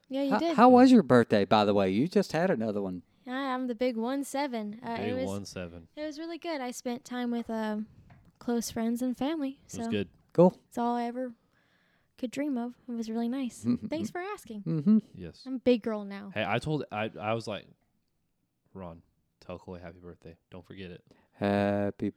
[SPEAKER 3] yeah, you
[SPEAKER 2] how,
[SPEAKER 3] did.
[SPEAKER 2] how was your birthday, by the way? You just had another one.
[SPEAKER 3] I, I'm the big one seven. Uh,
[SPEAKER 1] Day
[SPEAKER 3] it was
[SPEAKER 1] one seven.
[SPEAKER 3] it was really good. I spent time with um, close friends and family.
[SPEAKER 1] It
[SPEAKER 3] So
[SPEAKER 1] was good.
[SPEAKER 2] Cool.
[SPEAKER 3] it's all I ever could dream of. It was really nice. Thanks for asking.
[SPEAKER 2] Mm-hmm.
[SPEAKER 1] Yes.
[SPEAKER 3] I'm a big girl now.
[SPEAKER 1] Hey, I told I I was like, Ron, tell Chloe happy birthday. Don't forget it.
[SPEAKER 2] Happy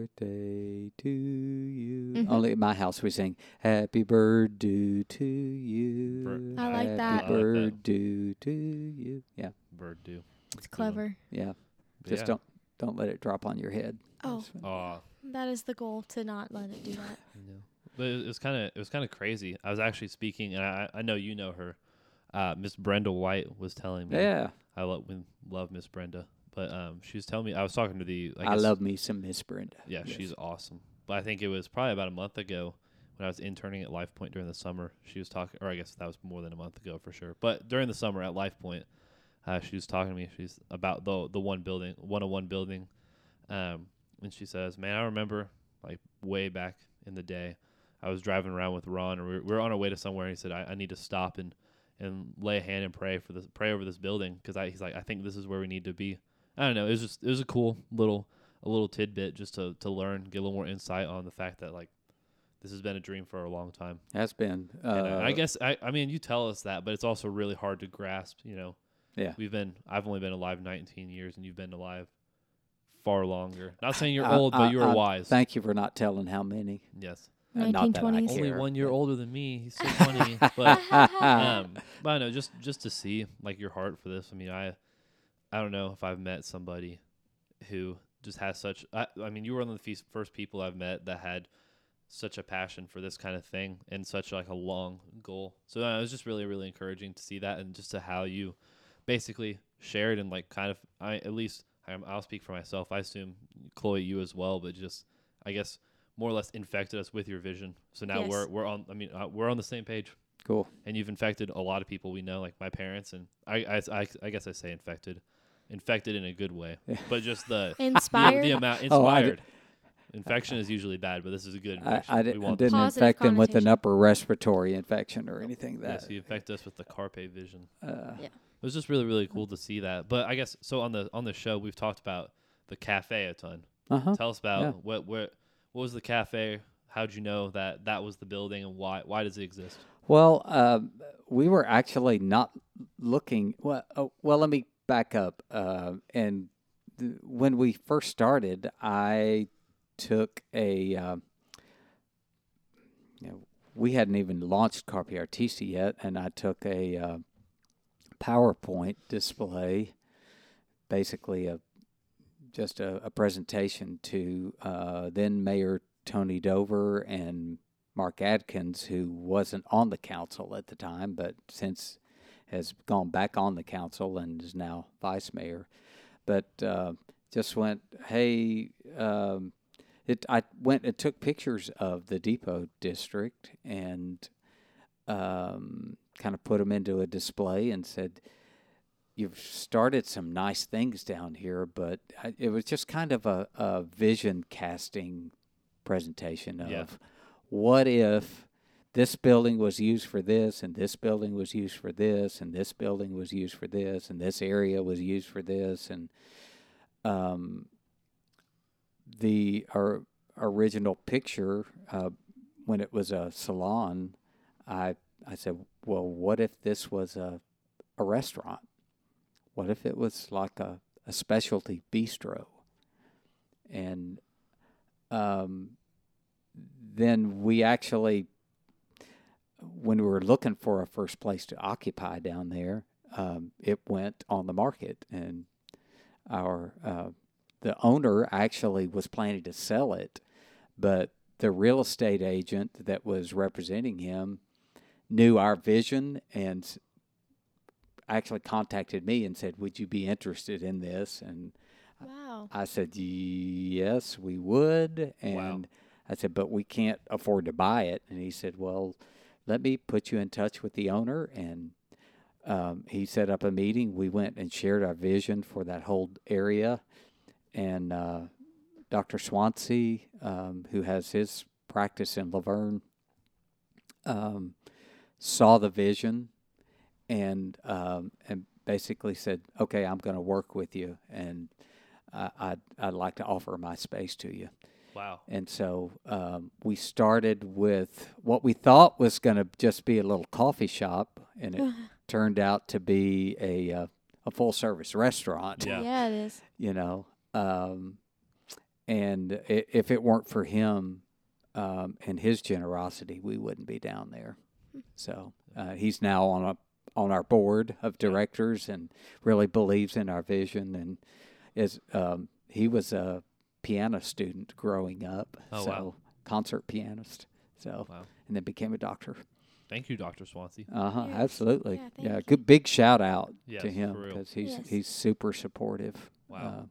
[SPEAKER 2] birthday to you.
[SPEAKER 3] Mhm.
[SPEAKER 2] Only at my house we sing Happy Birthday to you.
[SPEAKER 1] I
[SPEAKER 2] Happy
[SPEAKER 3] like
[SPEAKER 1] I
[SPEAKER 3] that.
[SPEAKER 1] like that.
[SPEAKER 2] Birthday to you. Yeah,
[SPEAKER 1] Bird do.
[SPEAKER 3] It's clever.
[SPEAKER 2] yeah. Just don't don't let it drop on your head.
[SPEAKER 3] Oh,
[SPEAKER 2] That's fine.
[SPEAKER 1] Aw.
[SPEAKER 3] that is the goal to not let it do that.
[SPEAKER 1] No. But it was kind of it was kind of crazy. I was actually speaking, and I I know you know her. Uh, Miss Brenda White was telling me.
[SPEAKER 2] Yeah,
[SPEAKER 1] I love we love Miss Brenda, but um, she was telling me I was talking to the. I,
[SPEAKER 2] I,
[SPEAKER 1] guess-
[SPEAKER 2] love me some Miss Brenda.
[SPEAKER 1] Yeah,
[SPEAKER 2] Yes.
[SPEAKER 1] she's awesome. But I think it was probably about a month ago when I was interning at Life Point during the summer. She was talking, or I guess that was more than a month ago for sure. But during the summer at Life Point, uh, she was talking to me. She's about the the one building, 101 building, um, and she says, "Man, I remember like way back in the day, I was driving around with Ron, and we were, we were on our way to somewhere. And he said, I, I need to stop and and lay a hand and pray for this, pray over this building because I he's like, I think this is where we need to be. I don't know. It was just it was a cool little a little tidbit just to to learn, get a little more insight on the fact that like this has been a dream for a long time.
[SPEAKER 2] That's been. Uh,
[SPEAKER 1] And I, I guess I I mean you tell us that, but it's also really hard to grasp. You know,
[SPEAKER 2] Yeah.
[SPEAKER 1] We've been I've only been alive 19 years, and you've been alive far longer. Not saying you're
[SPEAKER 2] I-
[SPEAKER 1] old,
[SPEAKER 2] I-
[SPEAKER 1] but you're
[SPEAKER 2] I
[SPEAKER 1] wise.
[SPEAKER 2] Thank you for not telling how many.
[SPEAKER 1] yes,
[SPEAKER 2] Uh, not that I
[SPEAKER 3] 1920s.
[SPEAKER 2] care.
[SPEAKER 1] only one year older than me. He's so funny, but um, but I know just just to see like your heart for this. I mean, I I don't know if I've met somebody who just has such. I, I mean, you were one of the feas- first people I've met that had such a passion for this kind of thing and such like a long goal. So uh, it was just really really encouraging to see that and just to how you basically shared and like kind of I at least I'm, I'll speak for myself. I assume Chloe you as well, but just I guess more or less infected us with your vision. So now
[SPEAKER 3] Yes.
[SPEAKER 1] we're we're on I mean uh, we're on the same page
[SPEAKER 2] Cool.
[SPEAKER 1] and you've infected a lot of people we know, like my parents, and I, I, I, I guess I say infected, infected in a good way, but just the the,
[SPEAKER 3] Inspired.
[SPEAKER 1] the amount inspired.
[SPEAKER 2] Oh, I did-
[SPEAKER 1] Infection is usually bad, but this is a good
[SPEAKER 2] I,
[SPEAKER 1] infection.
[SPEAKER 2] I
[SPEAKER 1] we
[SPEAKER 2] di-
[SPEAKER 1] want
[SPEAKER 2] didn't
[SPEAKER 3] Positive
[SPEAKER 2] infect them with an
[SPEAKER 3] connotation.
[SPEAKER 2] upper respiratory infection or anything
[SPEAKER 1] this.
[SPEAKER 2] that.
[SPEAKER 1] Yes, you infect us with the carpe vision.
[SPEAKER 2] uh,
[SPEAKER 1] It was just really really cool to see that. But I guess so on the on the show we've talked about the cafe a ton.
[SPEAKER 2] uh-huh.
[SPEAKER 1] Tell us about
[SPEAKER 2] Yeah.
[SPEAKER 1] what what what was the cafe? How'd you know that that was the building, and why why does it exist?
[SPEAKER 2] Well, um we were actually not looking. Well, oh, well let me back up. Uh, and th- when we first started, I took a. um you know, we hadn't even launched Carpe Artista yet, and I took a uh, PowerPoint display, basically a just a, a presentation to uh, then Mayor Tony Dover and Mark Adkins, who wasn't on the council at the time, but since has gone back on the council and is now vice mayor. But uh, just went, hey, um, it. I went and took pictures of the depot district and um, kind of put them into a display and said, "You've started some nice things down here, but I, it was just kind of a, a vision casting presentation of
[SPEAKER 1] Yeah.
[SPEAKER 2] what if." This building was used for this, and this building was used for this, and this building was used for this, and this area was used for this, and um, the or, original picture uh, when it was a salon. I I said, well, what if this was a a restaurant? What if it was like a, a specialty bistro? And um, then we actually, when we were looking for a first place to occupy down there, um, it went on the market, and our uh, the owner actually was planning to sell it, but the real estate agent that was representing him knew our vision and s- actually contacted me and said, "Would you be interested in this?" And
[SPEAKER 3] Wow.
[SPEAKER 2] I said, "Yes, we would." And I said, "But we can't afford to buy it." And he said, "Well, let me put you in touch with the owner." And um, he set up a meeting. We went and shared our vision for that whole area, and uh, Dr. Swansea, um, who has his practice in Laverne, um, saw the vision and um, and basically said, "Okay, I'm going to work with you, and I I'd, I'd like to offer my space to you."
[SPEAKER 1] Wow.
[SPEAKER 2] And so um, we started with what we thought was going to just be a little coffee shop, and it turned out to be a uh, a full service restaurant
[SPEAKER 1] Yeah.
[SPEAKER 3] Yeah. it is.
[SPEAKER 2] you know. Um, and i- if it weren't for him um, and his generosity, we wouldn't be down there. So uh, he's now on a on our board of directors and really believes in our vision and is um, he was a piano student growing up,
[SPEAKER 1] Oh,
[SPEAKER 2] so
[SPEAKER 1] wow.
[SPEAKER 2] concert pianist. So
[SPEAKER 1] Wow.
[SPEAKER 2] and then became a doctor.
[SPEAKER 1] Thank you, Dr. Swansea.
[SPEAKER 2] Uh huh.
[SPEAKER 3] Yes.
[SPEAKER 2] Absolutely.
[SPEAKER 3] Yeah,
[SPEAKER 2] Yeah.
[SPEAKER 3] thank you.
[SPEAKER 2] Good big shout out
[SPEAKER 1] Yes,
[SPEAKER 2] to him
[SPEAKER 1] for real.
[SPEAKER 2] because he's
[SPEAKER 3] Yes.
[SPEAKER 2] he's super supportive.
[SPEAKER 1] Wow.
[SPEAKER 2] Uh,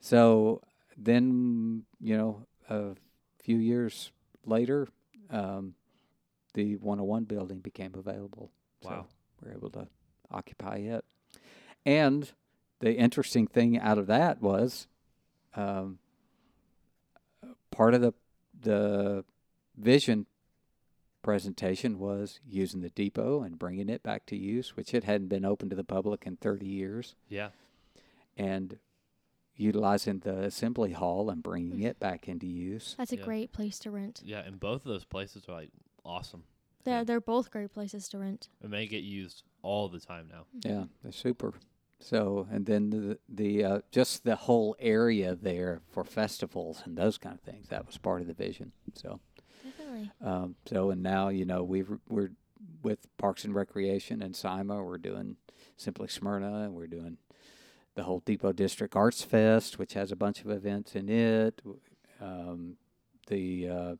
[SPEAKER 2] so then, you know, a few years later, um, the 101 building became available.
[SPEAKER 1] Wow.
[SPEAKER 2] So we're able to occupy it. And the interesting thing out of that was um, part of the the vision presentation was using the depot and bringing it back to use, which it hadn't been open to the public in 30 years
[SPEAKER 1] yeah.
[SPEAKER 2] and utilizing the assembly hall and bringing
[SPEAKER 3] Mm.
[SPEAKER 2] it back into use.
[SPEAKER 3] That's a
[SPEAKER 1] Yeah.
[SPEAKER 3] great place to rent.
[SPEAKER 1] Yeah. And both of those places are like awesome.
[SPEAKER 3] They're, they're both great places to rent.
[SPEAKER 1] and they get used all the time now.
[SPEAKER 3] Hmm.
[SPEAKER 2] Yeah, they're super. So, and then the, the uh, just the whole area there for festivals and those kind of things. That was part of the vision. So,
[SPEAKER 3] Mm-hmm. Definitely.
[SPEAKER 2] um, so and now you know we've we're with Parks and Recreation and SIMA. We're doing Simply Smyrna, and we're doing the whole Depot District Arts Fest, which has a bunch of events in it. Um, the uh,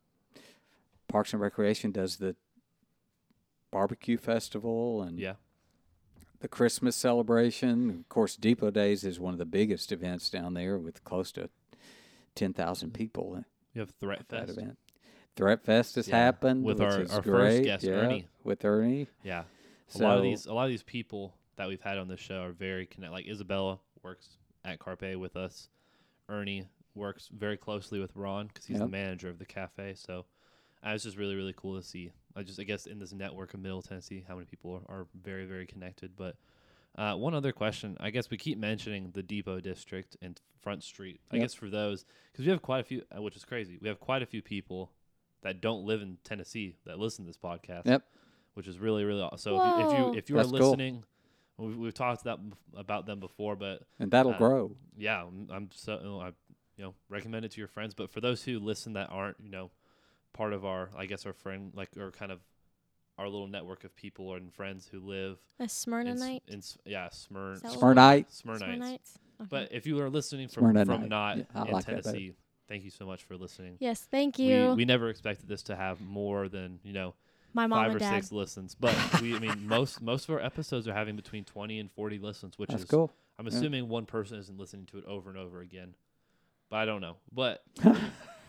[SPEAKER 2] Parks and Recreation does the barbecue festival and
[SPEAKER 1] Yeah.
[SPEAKER 2] the Christmas celebration. Of course, Depot Days is one of the biggest events down there with close to 10,000 people at
[SPEAKER 1] We have Threat
[SPEAKER 2] that
[SPEAKER 1] Fest.
[SPEAKER 2] event. Threat Fest has
[SPEAKER 1] Yeah,
[SPEAKER 2] happened
[SPEAKER 1] with
[SPEAKER 2] which
[SPEAKER 1] our-
[SPEAKER 2] is
[SPEAKER 1] our first
[SPEAKER 2] great.
[SPEAKER 1] guest,
[SPEAKER 2] yeah,
[SPEAKER 1] Ernie.
[SPEAKER 2] With Ernie.
[SPEAKER 1] Yeah. A
[SPEAKER 2] so,
[SPEAKER 1] lot of these a lot of these people that we've had on this show are very connected. Like Isabella works at Carpe with us. Ernie works very closely with Ron because he's
[SPEAKER 2] Yep.
[SPEAKER 1] the manager of the cafe. So I was just really really cool to see. I just I guess in this network of Middle Tennessee, how many people are, are very very connected. But uh, one other question, I guess we keep mentioning the Depot District and Front Street. I
[SPEAKER 2] Yep.
[SPEAKER 1] guess for those because we have quite a few, uh, which is crazy. We have quite a few people that don't live in Tennessee that listen to this podcast
[SPEAKER 2] Yep.
[SPEAKER 1] which is really really awesome. So if you if
[SPEAKER 3] Whoa.
[SPEAKER 1] you, if you are
[SPEAKER 2] That's cool.
[SPEAKER 1] listening, we've, we've talked that about them before, but
[SPEAKER 2] And that'll
[SPEAKER 1] uh,
[SPEAKER 2] grow.
[SPEAKER 1] yeah, I'm, I'm so I you know recommend it to your friends. But for those who listen that aren't you know part of our I guess our friend like or kind of our little network of people and friends who live in,
[SPEAKER 3] A
[SPEAKER 1] S-
[SPEAKER 3] Smyrnaite.
[SPEAKER 1] in S- yeah Smyrn
[SPEAKER 3] Is that what-
[SPEAKER 2] Smyrnite.
[SPEAKER 1] Smyrnites.
[SPEAKER 3] Okay.
[SPEAKER 1] But if you are listening from
[SPEAKER 2] Smyrnite.
[SPEAKER 1] from not
[SPEAKER 2] Yeah, I
[SPEAKER 1] in
[SPEAKER 2] like that better.
[SPEAKER 1] Tennessee, thank you so much for listening.
[SPEAKER 3] yes, thank you,
[SPEAKER 1] We, we never expected this to have more than you know
[SPEAKER 3] my mom
[SPEAKER 1] five
[SPEAKER 3] and
[SPEAKER 1] or
[SPEAKER 3] dad.
[SPEAKER 1] six listens. But we, I mean, most most of our episodes are having between twenty and forty listens, which
[SPEAKER 2] That's
[SPEAKER 1] is
[SPEAKER 2] cool.
[SPEAKER 1] I'm
[SPEAKER 2] yeah.
[SPEAKER 1] assuming one person isn't listening to it over and over again. But I don't know. But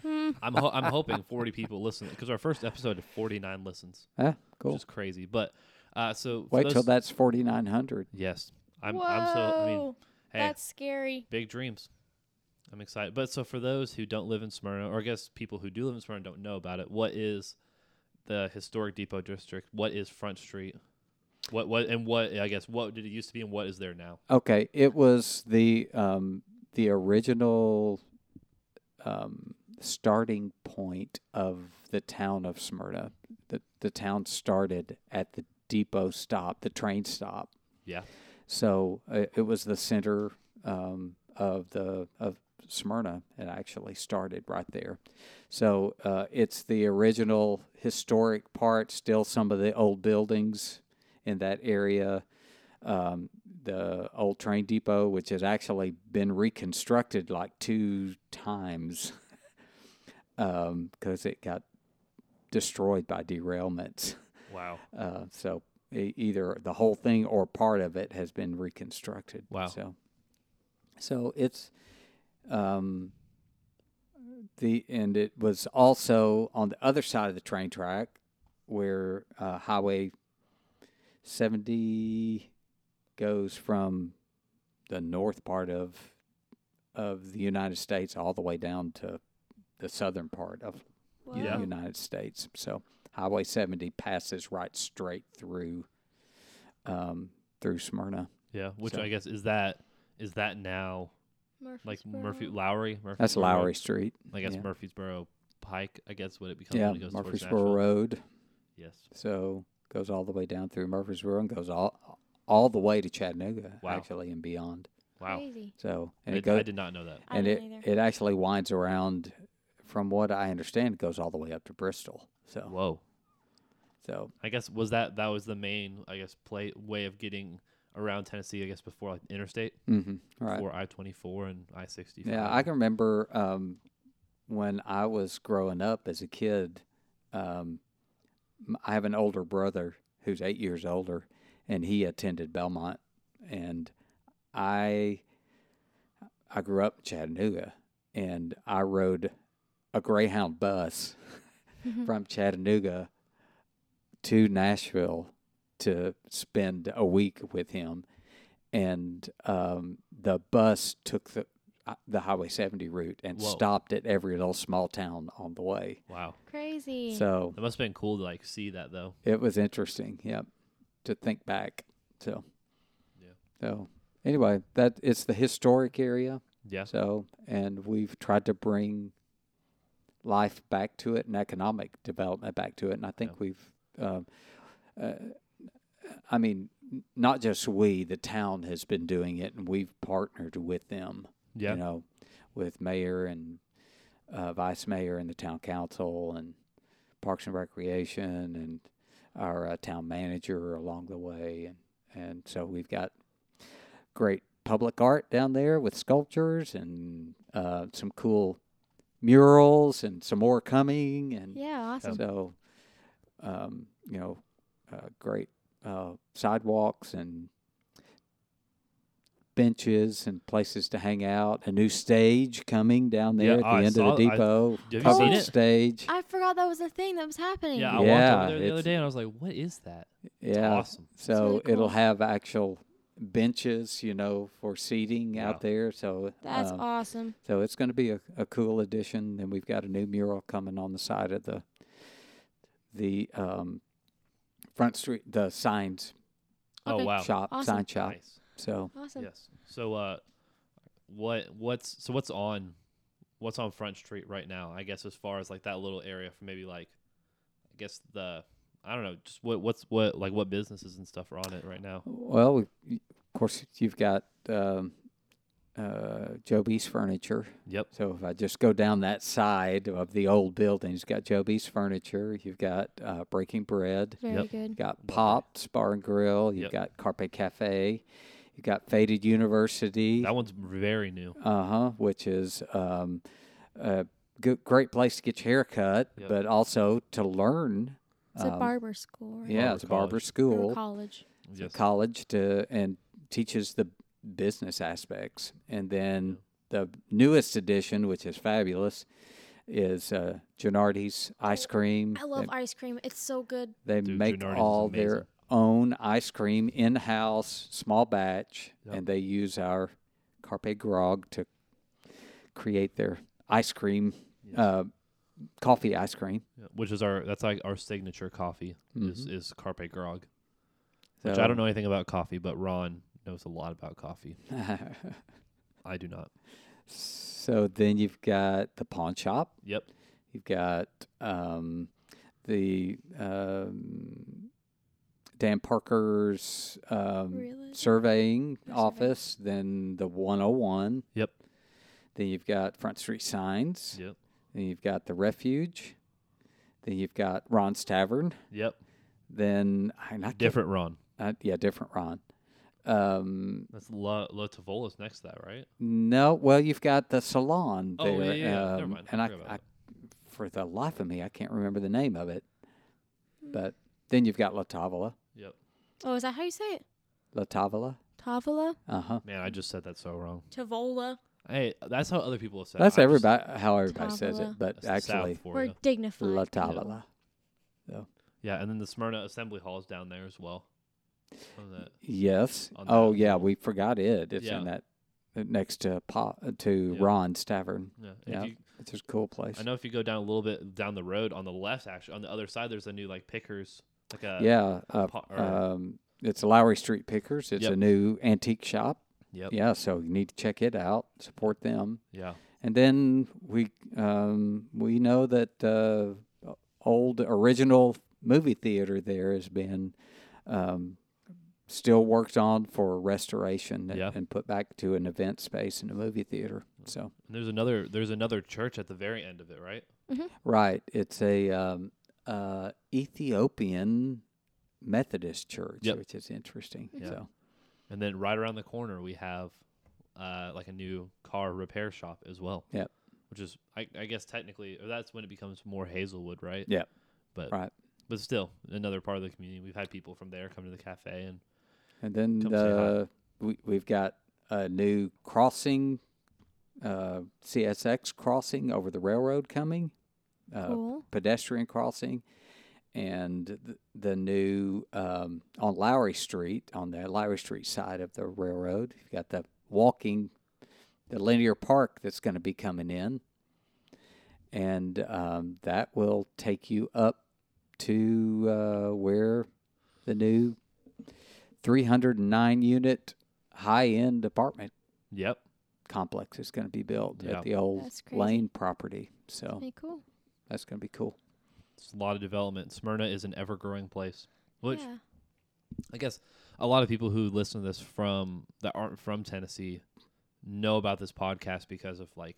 [SPEAKER 3] Hmm.
[SPEAKER 1] I'm ho- I'm hoping forty people listen because our first episode had forty nine listens,
[SPEAKER 2] Yeah, cool.
[SPEAKER 1] which is crazy. But uh, so for
[SPEAKER 2] Wait till
[SPEAKER 1] those-
[SPEAKER 2] that's 4,900.
[SPEAKER 1] Yes, I'm I'm so I mean,
[SPEAKER 3] Whoa,
[SPEAKER 1] hey,
[SPEAKER 3] that's scary.
[SPEAKER 1] big dreams. I'm excited. But so for those who don't live in Smyrna, or I guess people who do live in Smyrna don't know about it, what is the historic Depot District? What is Front Street? What what and what I guess what did it used to be and what is there now?
[SPEAKER 2] Okay, it was the um, the original um, starting point of the town of Smyrna. The the town started at the depot stop, the train stop.
[SPEAKER 1] Yeah.
[SPEAKER 2] So uh, it was the center um, of the of Smyrna. It actually started right there. So uh, it's the original historic part. Still, some of the old buildings in that area. Um, the old train depot, which has actually been reconstructed like two times because it got destroyed by derailments.
[SPEAKER 1] Wow.
[SPEAKER 2] Uh, so e- either the whole thing or part of it has been reconstructed.
[SPEAKER 1] Wow.
[SPEAKER 2] So, so it's um, the and it was also on the other side of the train track where uh, Highway 70 goes from the north part of of the United States all the way down to the southern part of
[SPEAKER 3] Whoa.
[SPEAKER 2] in the United States. So Highway 70 passes right straight through um, through Smyrna.
[SPEAKER 1] Yeah. Which
[SPEAKER 2] So-
[SPEAKER 1] I guess is that is that now like Murphy
[SPEAKER 3] Murfreesboro.
[SPEAKER 1] Lowry? Murphy
[SPEAKER 2] That's Lowry Street.
[SPEAKER 1] I guess
[SPEAKER 2] yeah.
[SPEAKER 1] Murfreesboro Pike. I guess what it becomes
[SPEAKER 2] Yeah,
[SPEAKER 1] when it goes towards
[SPEAKER 2] Murfreesboro
[SPEAKER 1] Nashville.
[SPEAKER 2] Road.
[SPEAKER 1] Yes.
[SPEAKER 2] So goes all the way down through Murfreesboro and goes all all the way to Chattanooga
[SPEAKER 1] Wow.
[SPEAKER 2] actually and beyond.
[SPEAKER 1] Wow.
[SPEAKER 3] Crazy.
[SPEAKER 2] So
[SPEAKER 1] I,
[SPEAKER 2] and it
[SPEAKER 1] d- I
[SPEAKER 2] goes
[SPEAKER 1] did not know that.
[SPEAKER 3] I
[SPEAKER 2] and it
[SPEAKER 3] didn't either.
[SPEAKER 2] it actually winds around from what I understand it goes all the way up to Bristol. So
[SPEAKER 1] Whoa.
[SPEAKER 2] so
[SPEAKER 1] I guess was that that was the main I guess play way of getting around Tennessee. I guess before like interstate.
[SPEAKER 2] mhm, right.
[SPEAKER 1] for I twenty four and I sixty five.
[SPEAKER 2] Yeah, I can remember um, when I was growing up as a kid. Um, m- I have an older brother who's eight years older, and he attended Belmont, and I I grew up in Chattanooga, and I rode a Greyhound bus
[SPEAKER 1] Mm-hmm.
[SPEAKER 2] from Chattanooga to Nashville to spend a week with him, and um, the bus took the uh, the Highway 70 route and
[SPEAKER 1] Whoa.
[SPEAKER 2] stopped at every little small town on the way.
[SPEAKER 1] Wow,
[SPEAKER 3] Crazy.
[SPEAKER 2] So
[SPEAKER 1] that must have been cool to like see that though.
[SPEAKER 2] it was interesting. Yep, to think back. So,
[SPEAKER 1] Yeah.
[SPEAKER 2] So anyway, that it's the historic area.
[SPEAKER 1] Yeah,
[SPEAKER 2] So, and we've tried to bring life back to it and economic development back to it. And I think
[SPEAKER 1] Yeah.
[SPEAKER 2] we've, um, uh, I mean, n- not just we, the town has been doing it and we've partnered with them,
[SPEAKER 1] yeah,
[SPEAKER 2] you know, with mayor and uh, vice mayor and the town council and Parks and Recreation and our uh, town manager along the way. And, and so we've got great public art down there with sculptures and uh, some cool murals and some more coming. And
[SPEAKER 3] Yeah, awesome.
[SPEAKER 2] so, um, you know, uh, great uh, sidewalks and benches and places to hang out. A new stage coming down
[SPEAKER 1] Yeah,
[SPEAKER 2] there at the
[SPEAKER 1] I
[SPEAKER 2] end
[SPEAKER 1] saw-
[SPEAKER 2] of the
[SPEAKER 1] I-
[SPEAKER 2] depot.
[SPEAKER 1] you
[SPEAKER 2] covered
[SPEAKER 1] seen it?
[SPEAKER 2] stage.
[SPEAKER 3] I forgot that was a thing that was happening.
[SPEAKER 1] Yeah, I
[SPEAKER 2] Yeah,
[SPEAKER 1] walked over there the other
[SPEAKER 2] it's-
[SPEAKER 1] day and I was like, "What is that? It's
[SPEAKER 2] yeah.
[SPEAKER 1] awesome."
[SPEAKER 2] So
[SPEAKER 3] really cool.
[SPEAKER 2] it'll have actual benches, you know, for seating
[SPEAKER 1] Wow.
[SPEAKER 2] out there. So
[SPEAKER 3] That's
[SPEAKER 2] um,
[SPEAKER 3] awesome.
[SPEAKER 2] So it's going to be a, a cool addition. Then we've got a new mural coming on the side of the the um, front street, the signs
[SPEAKER 1] Oh
[SPEAKER 3] Okay.
[SPEAKER 1] wow,
[SPEAKER 2] shop,
[SPEAKER 3] Awesome.
[SPEAKER 2] sign shop.
[SPEAKER 1] nice.
[SPEAKER 2] So
[SPEAKER 3] Awesome.
[SPEAKER 1] Yes. So, uh, what what's so what's on what's on Front Street right now? I guess as far as like that little area for maybe like, I guess the I don't know, just what what's what like what businesses and stuff are on it right now.
[SPEAKER 2] well, we- y- of course you've got um, uh, Joe B's Furniture.
[SPEAKER 1] Yep.
[SPEAKER 2] So if I just go down that side of the old building, you've got Joe B's Furniture. You've got uh, Breaking Bread.
[SPEAKER 3] Very
[SPEAKER 1] Yep.
[SPEAKER 3] good.
[SPEAKER 2] You've got
[SPEAKER 1] Lovely.
[SPEAKER 2] Pops Bar and Grill. You've got Carpe Cafe. You've got Faded University.
[SPEAKER 1] That one's very new.
[SPEAKER 2] Uh huh. Which is um, a good, great place to get your hair cut,
[SPEAKER 1] Yep.
[SPEAKER 2] but also to learn.
[SPEAKER 3] It's a Oh,
[SPEAKER 2] um,
[SPEAKER 3] barber school. Right?
[SPEAKER 2] Yeah,
[SPEAKER 1] Barber
[SPEAKER 2] it's a barber
[SPEAKER 1] college.
[SPEAKER 3] Or
[SPEAKER 2] school,
[SPEAKER 3] college.
[SPEAKER 2] It's a
[SPEAKER 1] Yes.
[SPEAKER 2] college to and teaches the business aspects. And then the newest edition, which is fabulous, is uh, Gennardi's ice cream.
[SPEAKER 3] I love
[SPEAKER 2] They-
[SPEAKER 3] ice cream. It's so good.
[SPEAKER 2] They
[SPEAKER 1] Dude,
[SPEAKER 2] make
[SPEAKER 1] Gennardi's is
[SPEAKER 2] all their
[SPEAKER 1] amazing.
[SPEAKER 2] own ice cream in house, small batch,
[SPEAKER 1] Yep.
[SPEAKER 2] and they use our Carpe Grog to create their ice cream,
[SPEAKER 1] Yes.
[SPEAKER 2] uh, coffee ice cream.
[SPEAKER 1] Yeah, Which is our that's like our signature coffee is
[SPEAKER 2] Mhm.
[SPEAKER 1] is Carpe Grog. Which I
[SPEAKER 2] So-
[SPEAKER 1] don't know anything about coffee, but Ron knows a lot about coffee. I do not.
[SPEAKER 2] so then you've got the pawn shop.
[SPEAKER 1] Yep.
[SPEAKER 2] You've got um, the um, Dan Parker's um,
[SPEAKER 3] Really?
[SPEAKER 2] surveying
[SPEAKER 3] Survey.
[SPEAKER 2] office, then the 101.
[SPEAKER 1] Yep.
[SPEAKER 2] Then you've got Front Street Signs.
[SPEAKER 1] Yep.
[SPEAKER 2] Then you've got the Refuge. Then you've got Ron's Tavern.
[SPEAKER 1] Yep.
[SPEAKER 2] Then I not
[SPEAKER 1] Different Ron.
[SPEAKER 2] Uh, yeah, different Ron. Um,
[SPEAKER 1] That's La La Tavola's next to that, right?
[SPEAKER 2] no, well, you've got the salon
[SPEAKER 1] Oh, yeah,
[SPEAKER 2] there.
[SPEAKER 1] yeah, yeah. Never
[SPEAKER 2] um,
[SPEAKER 1] mind. I
[SPEAKER 2] And I,
[SPEAKER 1] forgot about
[SPEAKER 2] I, for the life of me, I can't remember the name of it. But then you've got La Tavola.
[SPEAKER 1] Yep.
[SPEAKER 3] Oh, is that how you say it?
[SPEAKER 2] La Tavola.
[SPEAKER 3] Tavola?
[SPEAKER 2] Uh huh.
[SPEAKER 1] Man, I just said that so wrong.
[SPEAKER 3] Tavola.
[SPEAKER 1] Hey, that's how other people have said. it.
[SPEAKER 2] That's
[SPEAKER 1] I just-
[SPEAKER 2] everybody how everybody says
[SPEAKER 3] Tavola.
[SPEAKER 2] it, but
[SPEAKER 1] that's the South
[SPEAKER 2] actually
[SPEAKER 1] for
[SPEAKER 3] We're
[SPEAKER 1] ya.
[SPEAKER 3] dignified.
[SPEAKER 2] La
[SPEAKER 3] people.
[SPEAKER 2] Tavola.
[SPEAKER 1] Yeah, and then the Smyrna Assembly Hall is down there as well. On the-
[SPEAKER 2] Yes.
[SPEAKER 1] on
[SPEAKER 2] Oh
[SPEAKER 1] that.
[SPEAKER 2] yeah, we forgot it. It's
[SPEAKER 1] Yeah.
[SPEAKER 2] in that uh, next to pa, uh, to
[SPEAKER 1] Yeah.
[SPEAKER 2] Ron's Tavern.
[SPEAKER 1] yeah. and if
[SPEAKER 2] Yeah.
[SPEAKER 1] you-
[SPEAKER 2] It's just a cool place.
[SPEAKER 1] I know if you go down a little bit down the road on the left, actually, on the other side, there's a new like pickers, like a
[SPEAKER 2] yeah. Uh,
[SPEAKER 1] pa- or-
[SPEAKER 2] um, it's Lowry Street Pickers. It's a
[SPEAKER 1] Yep.
[SPEAKER 2] new antique shop.
[SPEAKER 1] Yep.
[SPEAKER 2] Yeah, so you need to check it out, support them,
[SPEAKER 1] Yeah.
[SPEAKER 2] and then we um, we know that uh, old original movie theater there has been um, still worked on for restoration and,
[SPEAKER 1] Yeah.
[SPEAKER 2] and put back to an event space in a movie theater. So
[SPEAKER 1] And there's another there's another church at the very end of it, right?
[SPEAKER 2] right, it's a um, uh, Ethiopian Methodist church,
[SPEAKER 1] Yep.
[SPEAKER 2] which is interesting.
[SPEAKER 1] Yeah.
[SPEAKER 2] So
[SPEAKER 1] And then right around the corner we have uh, like a new car repair shop as well.
[SPEAKER 2] Yep.
[SPEAKER 1] Which is I, I guess technically or that's when it becomes more Hazelwood, right?
[SPEAKER 2] Yep.
[SPEAKER 1] But
[SPEAKER 2] Right.
[SPEAKER 1] but still another part of the community. We've had people from there come to the cafe and
[SPEAKER 2] And then
[SPEAKER 1] Come say hi.
[SPEAKER 2] the, we, we've got a new crossing, uh, CSX crossing over the railroad coming, uh,
[SPEAKER 3] Cool.
[SPEAKER 2] pedestrian crossing, and the, the new um, on Lowry Street, on the Lowry Street side of the railroad. You've got the walking, the linear park that's going to be coming in. And um, that will take you up to uh, where the new 309 unit high end apartment
[SPEAKER 1] Yep.
[SPEAKER 2] complex is going to be built
[SPEAKER 1] Yeah.
[SPEAKER 2] at the old
[SPEAKER 3] That's crazy.
[SPEAKER 2] Lane property. So
[SPEAKER 3] Hey, cool.
[SPEAKER 2] that's going to be cool.
[SPEAKER 1] It's a lot of development. Smyrna is an ever growing place. Which
[SPEAKER 3] yeah.
[SPEAKER 1] I guess a lot of people who listen to this from that aren't from Tennessee know about this podcast because of like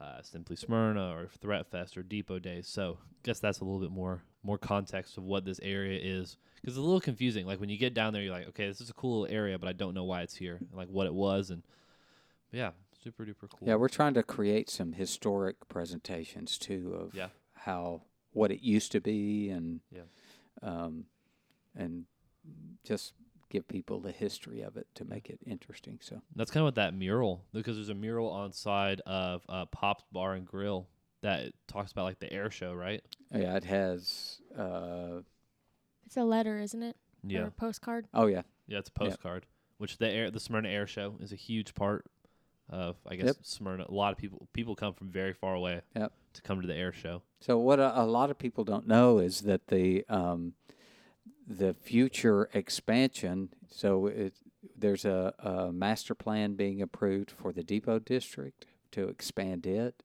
[SPEAKER 1] uh, Simply Smyrna or Threat Fest or Depot Days. So I guess that's a little bit more more context of what this area is because it's a little confusing. Like when you get down there, you're like, okay, this is a cool area, but I don't know why it's here and like what it was and yeah. Super duper cool.
[SPEAKER 2] Yeah, we're trying to create some historic presentations too of
[SPEAKER 1] Yeah.
[SPEAKER 2] how what it used to be and
[SPEAKER 1] Yeah.
[SPEAKER 2] um, and just give people the history of it to make it interesting. So
[SPEAKER 1] That's kind of what that mural because there's a mural on side of uh, Pop's Bar and Grill that talks about like the air show, right?
[SPEAKER 2] yeah, it has. Uh,
[SPEAKER 3] It's a letter, isn't it? Or
[SPEAKER 1] Yeah,
[SPEAKER 3] a postcard.
[SPEAKER 2] oh yeah,
[SPEAKER 1] yeah, it's a postcard, which the air the Smyrna Air Show is a huge part of. I guess
[SPEAKER 2] Yep.
[SPEAKER 1] Smyrna. A lot of people people come from very far away
[SPEAKER 2] Yep.
[SPEAKER 1] to come to the air show.
[SPEAKER 2] So what a, a lot of people don't know is that the um, the future expansion. So it, there's a, a master plan being approved for the depot district to expand it,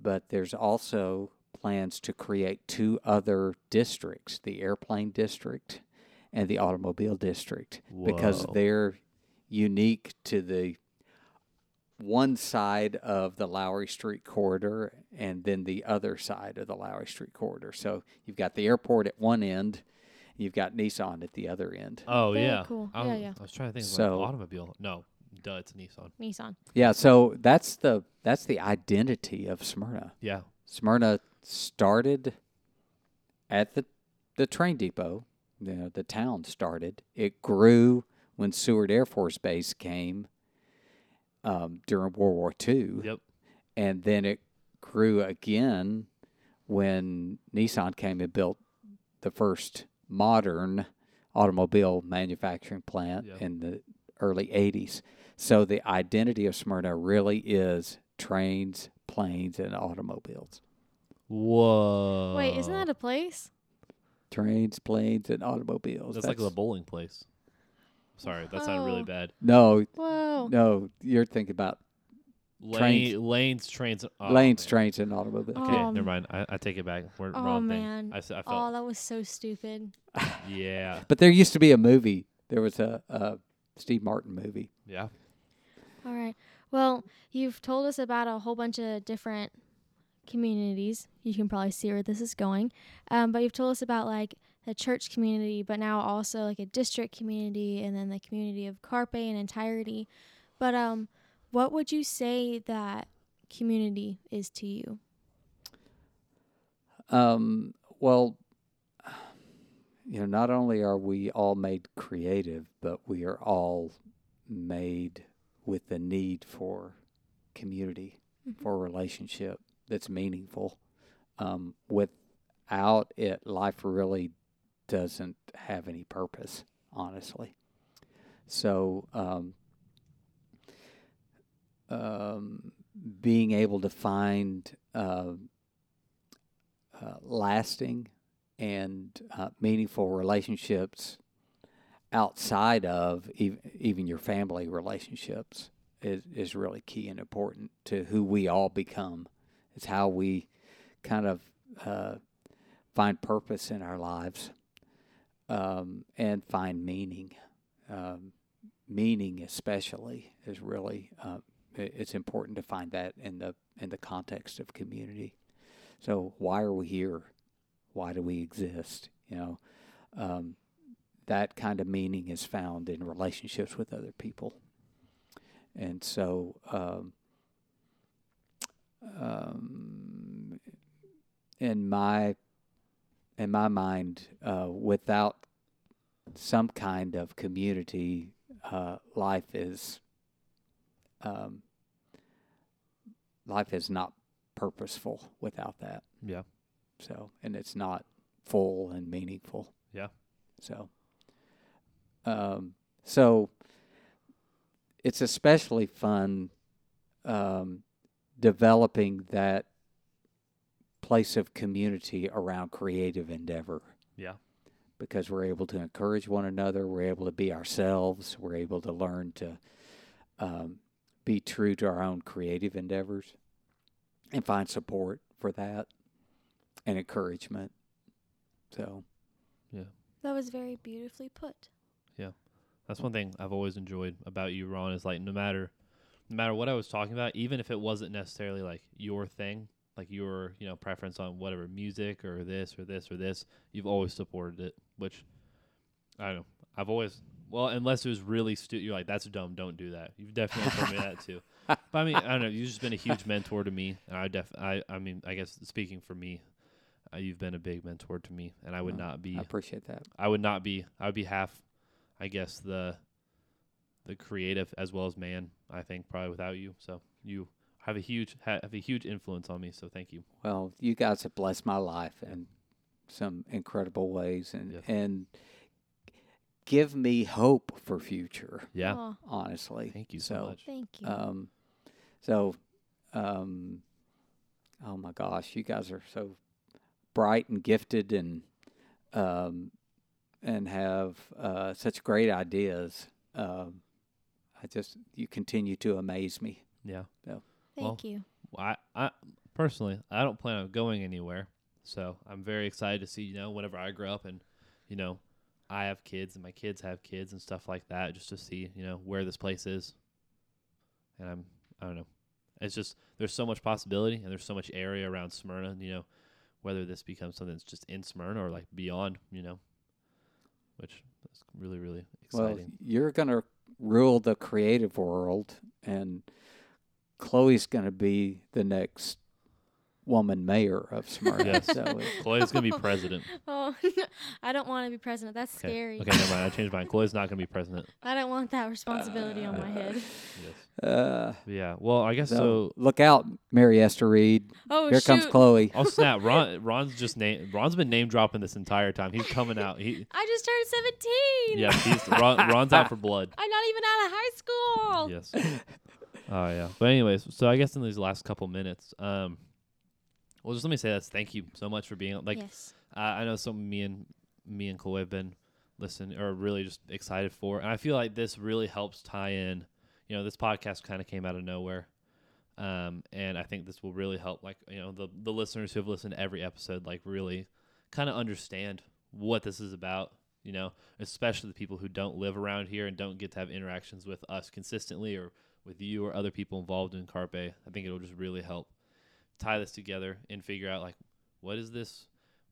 [SPEAKER 2] but there's also plans to create two other districts: the airplane district and the automobile district, because
[SPEAKER 1] Whoa.
[SPEAKER 2] they're unique to the one side of the Lowry Street corridor and then the other side of the Lowry Street corridor. So you've got the airport at one end, you've got Nissan at the other end.
[SPEAKER 1] Oh
[SPEAKER 3] Very
[SPEAKER 1] yeah,
[SPEAKER 3] cool.
[SPEAKER 1] I,
[SPEAKER 3] Yeah,
[SPEAKER 1] was-
[SPEAKER 3] yeah.
[SPEAKER 1] I was trying to think of
[SPEAKER 2] So-
[SPEAKER 1] like automobile. No, duh, it's Nissan.
[SPEAKER 3] Nissan.
[SPEAKER 2] Yeah, so that's the that's the identity of Smyrna.
[SPEAKER 1] Yeah,
[SPEAKER 2] Smyrna started at the the train depot. You know, the town started. It grew when Seward Air Force Base came um, during World War II.
[SPEAKER 1] yep,
[SPEAKER 2] and then it grew again when Nissan came and built the first modern automobile manufacturing plant
[SPEAKER 1] Yeah.
[SPEAKER 2] in the early 80s. So the identity of Smyrna really is trains, planes, and automobiles.
[SPEAKER 1] Whoa.
[SPEAKER 3] Wait, isn't that a place?
[SPEAKER 2] Trains, planes, and automobiles.
[SPEAKER 1] That's, like the
[SPEAKER 2] That's-
[SPEAKER 1] bowling place. Sorry, that sounded really
[SPEAKER 3] Oh.
[SPEAKER 1] bad.
[SPEAKER 2] no,
[SPEAKER 3] Whoa.
[SPEAKER 2] no. You're thinking about Trains.
[SPEAKER 1] Lane, lanes, trains, and- oh,
[SPEAKER 2] lanes,
[SPEAKER 1] man.
[SPEAKER 2] trains, and automobiles.
[SPEAKER 1] Okay,
[SPEAKER 3] Um,
[SPEAKER 1] never mind. I, I take it back. We're
[SPEAKER 3] oh,
[SPEAKER 1] wrong
[SPEAKER 3] man.
[SPEAKER 1] thing. I, s- I
[SPEAKER 3] Oh,
[SPEAKER 1] felt
[SPEAKER 3] that was so stupid.
[SPEAKER 1] yeah,
[SPEAKER 2] But there used to be a movie. There was a, a Steve Martin movie.
[SPEAKER 1] yeah.
[SPEAKER 3] All right. Well, you've told us about a whole bunch of different communities. You can probably see where this is going. Um, but you've told us about like a church community, but now also like a district community and then the community of Carpe in entirety. But um, what would you say that community is to you?
[SPEAKER 2] Um, well, you know, not only are we all made creative, but we are all made with the need for community, for a relationship that's meaningful. Um, without it, life really doesn't have any purpose, honestly. So, um, um, being able to find um, uh, lasting and uh, meaningful relationships outside of ev- even your family relationships is, is really key and important to who we all become. It's how we kind of uh, find purpose in our lives um, and find meaning. Um, meaning, especially, is really uh, i- it's important to find that in the in the context of community. So why are we here? Why do we exist? You know, um, that kind of meaning is found in relationships with other people, and so um, um, in my in my mind, uh, without some kind of community, uh, life is um, life is not purposeful without that.
[SPEAKER 1] Yeah.
[SPEAKER 2] So, and it's not full and meaningful.
[SPEAKER 1] Yeah.
[SPEAKER 2] So, um, so it's especially fun um, developing that place of community around creative endeavor
[SPEAKER 1] Yeah.
[SPEAKER 2] because we're able to encourage one another. We're able to be ourselves. We're able to learn to um, be true to our own creative endeavors and find support for that and encouragement. So,
[SPEAKER 3] That was very beautifully put.
[SPEAKER 1] That's one thing I've always enjoyed about you, Ron. Is like no matter, no matter what I was talking about, even if it wasn't necessarily like your thing, like your you know preference on whatever music or this or this or this, you've always supported it. Which I don't know. I've always well, unless it was really stupid, you're like, that's dumb. Don't do that. You've definitely told me that too. But I mean, I don't know. You've just been a huge mentor to me, and I def I I mean, I guess speaking for me, uh, you've been a big mentor to me, and I would
[SPEAKER 2] Well,
[SPEAKER 1] not be.
[SPEAKER 2] I appreciate that.
[SPEAKER 1] I would not be. I would be half, I guess the, the creative as well as man. I think probably without you. So you have a huge ha- have a huge influence on me. So thank you.
[SPEAKER 2] Well, you guys have blessed my life in some incredible ways, and
[SPEAKER 1] Yes.
[SPEAKER 2] and give me hope for future.
[SPEAKER 1] Yeah.
[SPEAKER 3] Aw,
[SPEAKER 2] Honestly,
[SPEAKER 1] Thank you so, much.
[SPEAKER 3] thank you.
[SPEAKER 2] Um, so, um, oh my gosh, you guys are so bright and gifted, and um, and have uh, such great ideas. Um, I just you continue to amaze me.
[SPEAKER 1] Yeah.
[SPEAKER 3] thank you.
[SPEAKER 1] Well, I, I personally, I don't plan on going anywhere. So I'm very excited to see, you know, whenever I grow up and, you know, I have kids and my kids have kids and stuff like that, just to see, you know, where this place is. And I'm, I don't know. It's just, there's so much possibility and there's so much area around Smyrna, you know, whether this becomes something that's just in Smyrna or like beyond, you know, which is really, really exciting.
[SPEAKER 2] Well, you're going to rule the creative world, and Chloe's going to be the next woman mayor of Smyrna.
[SPEAKER 1] Yes.
[SPEAKER 2] So it-
[SPEAKER 1] Chloe's going to be president.
[SPEAKER 3] Oh, I don't want to be president. That's
[SPEAKER 1] Okay.
[SPEAKER 3] scary.
[SPEAKER 1] Okay, never mind. I changed mine. Chloe's not going to be president.
[SPEAKER 3] I don't want that responsibility on my head.
[SPEAKER 1] Yes.
[SPEAKER 2] uh,
[SPEAKER 1] Yeah. Well, I guess
[SPEAKER 2] so,
[SPEAKER 1] so.
[SPEAKER 2] look out, Mary Esther Reed.
[SPEAKER 3] Oh
[SPEAKER 2] Here
[SPEAKER 3] shoot!
[SPEAKER 2] comes Chloe.
[SPEAKER 1] Oh snap! Ron, Ron's just name. Ron's been name dropping this entire time. He's coming out. He
[SPEAKER 3] I just turned seventeen.
[SPEAKER 1] yeah. He's Ron, Ron's out for blood.
[SPEAKER 3] I'm not even out of high school.
[SPEAKER 1] Yes. Oh yeah. But anyways, so I guess in these last couple minutes, um, well, just let me say this. Thank you so much for being on- like.
[SPEAKER 3] yes.
[SPEAKER 1] I I know some me and me and Chloe have been listening or really just excited for, and I feel like this really helps tie in. You know, this podcast kind of came out of nowhere, um, and I think this will really help. Like you know, the the listeners who have listened to every episode, like really kind of understand what this is about. You know, especially the people who don't live around here and don't get to have interactions with us consistently or with you or other people involved in Carpe. I think it'll just really help tie this together and figure out like what is this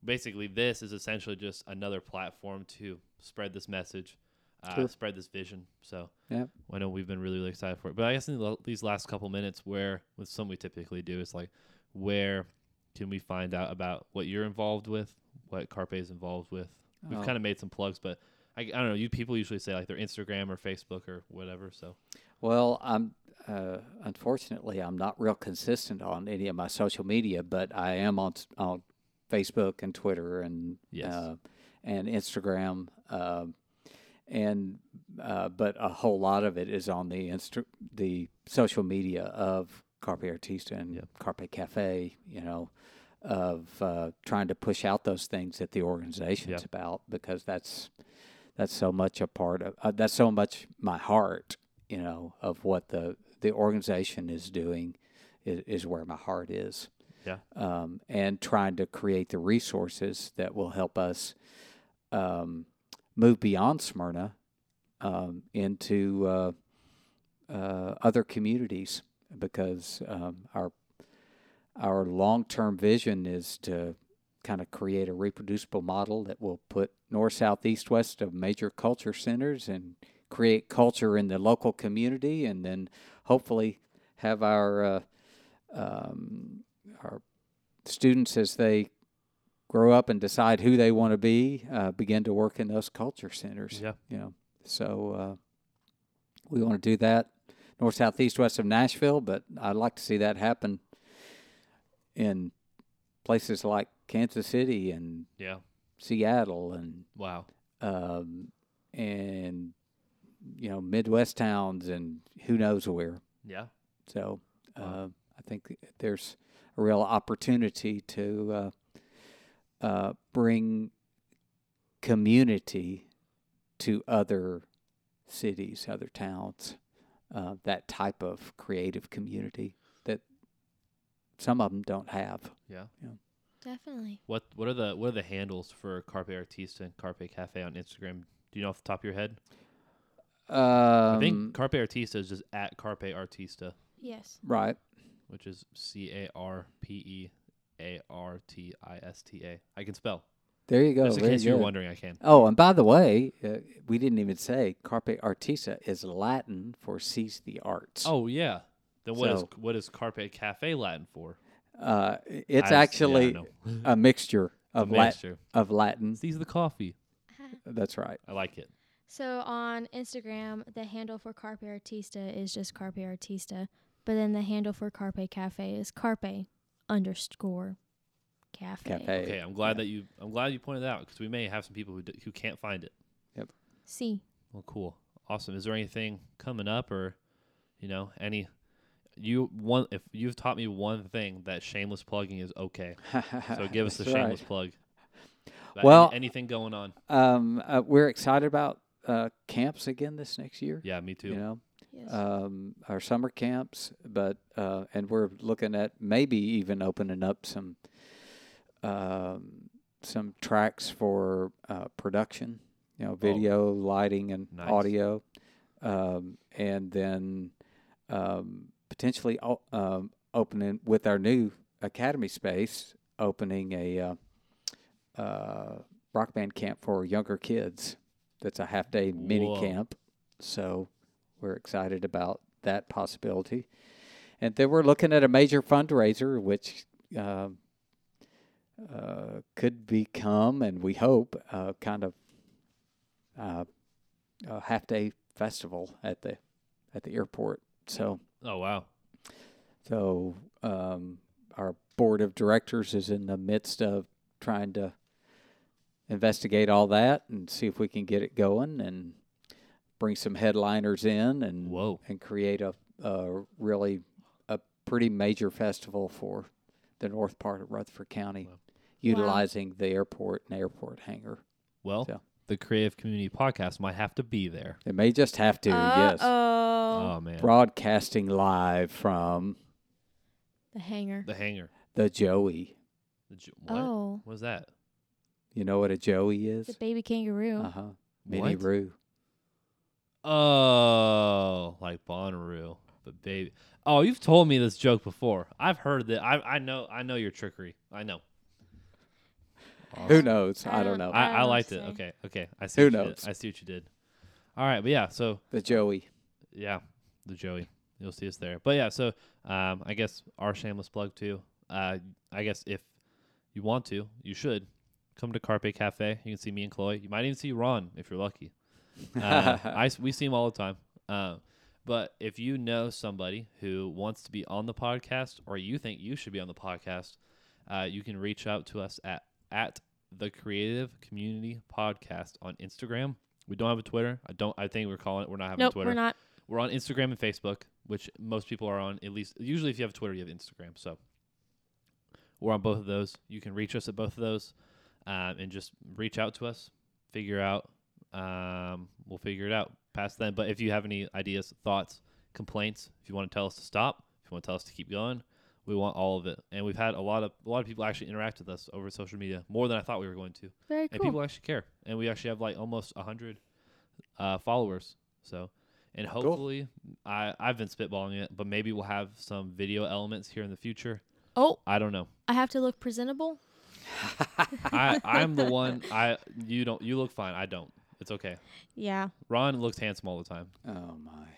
[SPEAKER 1] basically this is essentially just another platform to spread this message uh,
[SPEAKER 2] Sure.
[SPEAKER 1] spread this vision so
[SPEAKER 2] Yep.
[SPEAKER 1] i know we've been really really excited for it but i guess in the- these last couple minutes where with some we typically do is like where can we find out about what you're involved with what carpe is involved with we've
[SPEAKER 2] Oh.
[SPEAKER 1] kind of made some plugs but I, I don't know you people usually say like their instagram or facebook or whatever so
[SPEAKER 2] Well, I'm uh, unfortunately I'm not real consistent on any of my social media, but I am on s- on Facebook and Twitter and
[SPEAKER 1] Yes.
[SPEAKER 2] uh, and Instagram. Um and uh, but a whole lot of it is on the instru- the social media of Carpe Artista and
[SPEAKER 1] Yep.
[SPEAKER 2] Carpe Cafe. You know, of uh, trying to push out those things that the organization's
[SPEAKER 1] Yeah.
[SPEAKER 2] about because that's that's so much a part of uh, that's so much my heart you know of what the the organization is doing is, is where my heart is
[SPEAKER 1] Yeah.
[SPEAKER 2] um, and trying to create the resources that will help us um, move beyond smyrna um, into uh, uh, other communities because um, our our long-term vision is to kind of create a reproducible model that will put north, south, east, west of major culture centers and create culture in the local community, and then hopefully have our uh, um, our students as they grow up and decide who they want to be, uh, begin to work in those culture centers.
[SPEAKER 1] Yeah.
[SPEAKER 2] You know, so uh, we want to do that north, south, east, west of Nashville, but I'd like to see that happen in places like Kansas City and
[SPEAKER 1] yeah
[SPEAKER 2] Seattle and
[SPEAKER 1] wow
[SPEAKER 2] um, and you know Midwest towns and who knows where.
[SPEAKER 1] yeah
[SPEAKER 2] So uh,
[SPEAKER 1] Wow.
[SPEAKER 2] I think th- there's a real opportunity to uh, uh, bring community to other cities, other towns. Uh, that type of creative community that some of them don't have.
[SPEAKER 1] yeah
[SPEAKER 3] Definitely.
[SPEAKER 1] what what are the what are the handles for carpe artista and carpe cafe on instagram do you know off the top of your head
[SPEAKER 2] Um,
[SPEAKER 1] I think Carpe Artista is just at Carpe Artista,
[SPEAKER 3] Yes.
[SPEAKER 2] right.
[SPEAKER 1] which is C A R P E A R T I S T A. I can spell.
[SPEAKER 2] There you go.
[SPEAKER 1] Just in
[SPEAKER 2] very
[SPEAKER 1] case you were
[SPEAKER 2] good.
[SPEAKER 1] wondering, I can.
[SPEAKER 2] Oh, and by the way, uh, we didn't even say carpe artisa is Latin for seize the arts.
[SPEAKER 1] Oh yeah. Then what is
[SPEAKER 2] So-
[SPEAKER 1] what is Carpe Cafe Latin for?
[SPEAKER 2] uh, it's
[SPEAKER 1] I- yeah, I
[SPEAKER 2] actually
[SPEAKER 1] know.
[SPEAKER 2] a mixture of
[SPEAKER 1] The
[SPEAKER 2] Latin.
[SPEAKER 1] mixture.
[SPEAKER 2] Of Latin,
[SPEAKER 1] Seize the coffee.
[SPEAKER 2] that's right.
[SPEAKER 1] I like it.
[SPEAKER 3] So on Instagram, the handle for Carpe Artista is just Carpe Artista, but then the handle for Carpe Cafe is Carpe underscore Cafe.
[SPEAKER 2] Cafe.
[SPEAKER 1] Okay, I'm glad that you I'm glad you pointed that out because we may have some people who d- who can't find it.
[SPEAKER 3] See,
[SPEAKER 1] Well, cool, awesome. Is there anything coming up or, you know, any? You one if you've taught me one thing that shameless plugging is okay. So give us the
[SPEAKER 2] That's right.
[SPEAKER 1] shameless plug. About any-
[SPEAKER 2] Well-
[SPEAKER 1] anything going on?
[SPEAKER 2] Um, uh, we're excited about uh, camps again this next year.
[SPEAKER 1] Yeah, me too.
[SPEAKER 2] You know,
[SPEAKER 3] yes.
[SPEAKER 2] um, our summer camps, but uh, and we're looking at maybe even opening up some um, some tracks for uh, production. You know, video, lighting, and
[SPEAKER 1] Nice.
[SPEAKER 2] audio, um, and then um, potentially o- um, opening with our new academy space, opening a uh, uh, rock band camp for younger kids. That's a half day mini
[SPEAKER 1] Whoa.
[SPEAKER 2] camp. So we're excited about that possibility. And then we're looking at a major fundraiser, which uh, uh, could become, and we hope, uh, kind of uh, a half day festival at the at the airport. So
[SPEAKER 1] Oh wow,
[SPEAKER 2] so um, our board of directors is in the midst of trying to investigate all that and see if we can get it going and bring some headliners in and
[SPEAKER 1] whoa,
[SPEAKER 2] and create a, a really a pretty major festival for the north part of Rutherford County,
[SPEAKER 1] Wow.
[SPEAKER 2] utilizing the airport and airport hangar.
[SPEAKER 1] well,
[SPEAKER 2] So-
[SPEAKER 1] the Creative Community Podcast might have to be there.
[SPEAKER 2] They may just have to,
[SPEAKER 3] Uh,
[SPEAKER 2] yes,
[SPEAKER 3] Uh-oh.
[SPEAKER 1] Oh man,
[SPEAKER 2] broadcasting live from
[SPEAKER 3] The hanger.
[SPEAKER 1] the hanger.
[SPEAKER 2] the Joey.
[SPEAKER 1] The jo- what?
[SPEAKER 3] Oh,
[SPEAKER 1] What's that?
[SPEAKER 2] You know what a Joey is?
[SPEAKER 3] the baby kangaroo.
[SPEAKER 1] Uh-huh.
[SPEAKER 2] Uh huh. Minnie
[SPEAKER 1] What?
[SPEAKER 2] Roo.
[SPEAKER 1] Oh, like Bonnaroo, but baby. Oh, you've told me this joke before. I've heard that. I I know I know your trickery. I know.
[SPEAKER 2] Who knows? I,
[SPEAKER 3] I
[SPEAKER 2] don't
[SPEAKER 3] don't-
[SPEAKER 2] know.
[SPEAKER 1] I,
[SPEAKER 3] I
[SPEAKER 1] I
[SPEAKER 3] don't
[SPEAKER 1] liked it.
[SPEAKER 3] say.
[SPEAKER 1] Okay, okay. I see.
[SPEAKER 2] Who
[SPEAKER 1] what you did.
[SPEAKER 2] knows?
[SPEAKER 1] I see what you did. All right, but yeah. So
[SPEAKER 2] the Joey.
[SPEAKER 1] yeah, the Joey. You'll see us there. But yeah, so um, I guess our shameless plug too. Uh, I guess if you want to, you should come to Carpe Cafe. You can see me and Chloe. You might even see Ron if you're lucky. Uh, I s- we see him all the time. Uh, but if you know somebody who wants to be on the podcast, or you think you should be on the podcast, uh, you can reach out to us at at the Creative Community Podcast on Instagram. We don't have a Twitter. I don't. I think we're calling it. We're not having a
[SPEAKER 3] nope,
[SPEAKER 1] Twitter.
[SPEAKER 3] we're not.
[SPEAKER 1] We're on Instagram and Facebook, which most people are on. At least, usually, if you have Twitter, you have Instagram. So we're on both of those. You can reach us at both of those, um, and just reach out to us. Figure out. Um, we'll figure it out past then. But if you have any ideas, thoughts, complaints, if you want to tell us to stop, if you want to tell us to keep going, we want all of it. And we've had a lot of a lot of people actually interact with us over social media more than I thought we were going to
[SPEAKER 3] Very
[SPEAKER 1] and
[SPEAKER 3] cool.
[SPEAKER 1] people actually care. And we actually have like almost a hundred uh, followers. So, and hopefully, I I've been spitballing it, but maybe we'll have some video elements here in the future.
[SPEAKER 3] oh,
[SPEAKER 1] I don't know.
[SPEAKER 3] I have to look presentable.
[SPEAKER 1] I I'm the one. I you don't you look fine. I don't. It's okay.
[SPEAKER 3] Yeah.
[SPEAKER 1] Ron looks handsome all the time.
[SPEAKER 2] Oh my.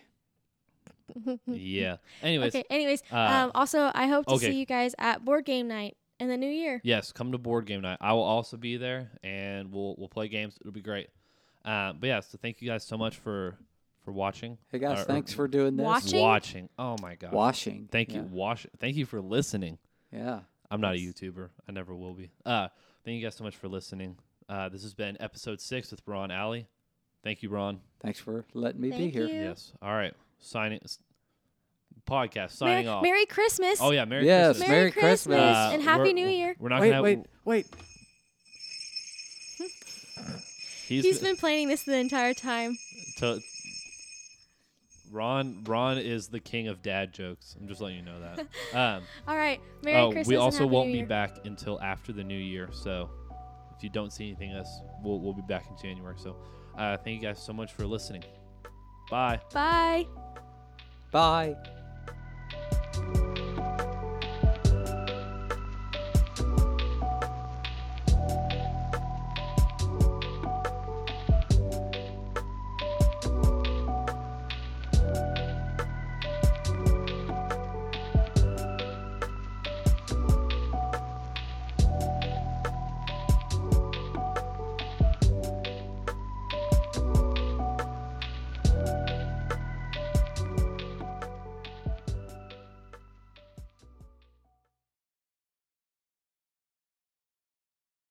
[SPEAKER 1] Yeah. Anyways,
[SPEAKER 3] Mm-hmm. okay. Anyways,
[SPEAKER 1] uh,
[SPEAKER 3] um, also I hope to
[SPEAKER 1] okay.
[SPEAKER 3] see you guys at board game night in the new year.
[SPEAKER 1] yes, come to board game night. I will also be there, and we'll we'll play games. It'll be great. Uh, but yeah, so thank you guys so much for for watching.
[SPEAKER 2] Hey guys,
[SPEAKER 1] Uh,
[SPEAKER 2] thanks for doing this.
[SPEAKER 3] Watch- Watching?
[SPEAKER 1] Watching. Oh my god.
[SPEAKER 2] Washing.
[SPEAKER 1] Thank you. Wash. Thank you for listening.
[SPEAKER 2] Yeah. yeah.
[SPEAKER 1] I'm not a YouTuber. I never will be. Uh, thank you guys so much for listening. Uh, this has been episode six with Ron Alley. Thank you, Ron.
[SPEAKER 2] Thanks for letting me be
[SPEAKER 3] Thank
[SPEAKER 2] here.
[SPEAKER 3] you.
[SPEAKER 1] Yes. All right. Signing. s- Podcast
[SPEAKER 3] Merry,
[SPEAKER 1] signing off.
[SPEAKER 3] Merry Christmas.
[SPEAKER 1] oh yeah. Merry
[SPEAKER 2] Yes,
[SPEAKER 1] Christmas.
[SPEAKER 3] Merry
[SPEAKER 2] Merry Christmas.
[SPEAKER 3] Christmas
[SPEAKER 1] Uh,
[SPEAKER 3] and Happy
[SPEAKER 1] we're-
[SPEAKER 3] New Year.
[SPEAKER 1] We're not
[SPEAKER 2] Wait,
[SPEAKER 1] gonna.
[SPEAKER 2] wait, wait.
[SPEAKER 1] He's,
[SPEAKER 3] He's been playing this the entire time.
[SPEAKER 1] to, Ron. Ron is the king of dad jokes. I'm just letting you know that. Um,
[SPEAKER 3] All right. Merry
[SPEAKER 1] oh,
[SPEAKER 3] Christmas.
[SPEAKER 1] we
[SPEAKER 3] and
[SPEAKER 1] also
[SPEAKER 3] Happy
[SPEAKER 1] won't
[SPEAKER 3] New
[SPEAKER 1] be
[SPEAKER 3] Year.
[SPEAKER 1] back until after the new year. So if you don't see anything else, we'll, we'll be back in January. So uh, thank you guys so much for listening. Bye.
[SPEAKER 3] Bye.
[SPEAKER 2] Bye.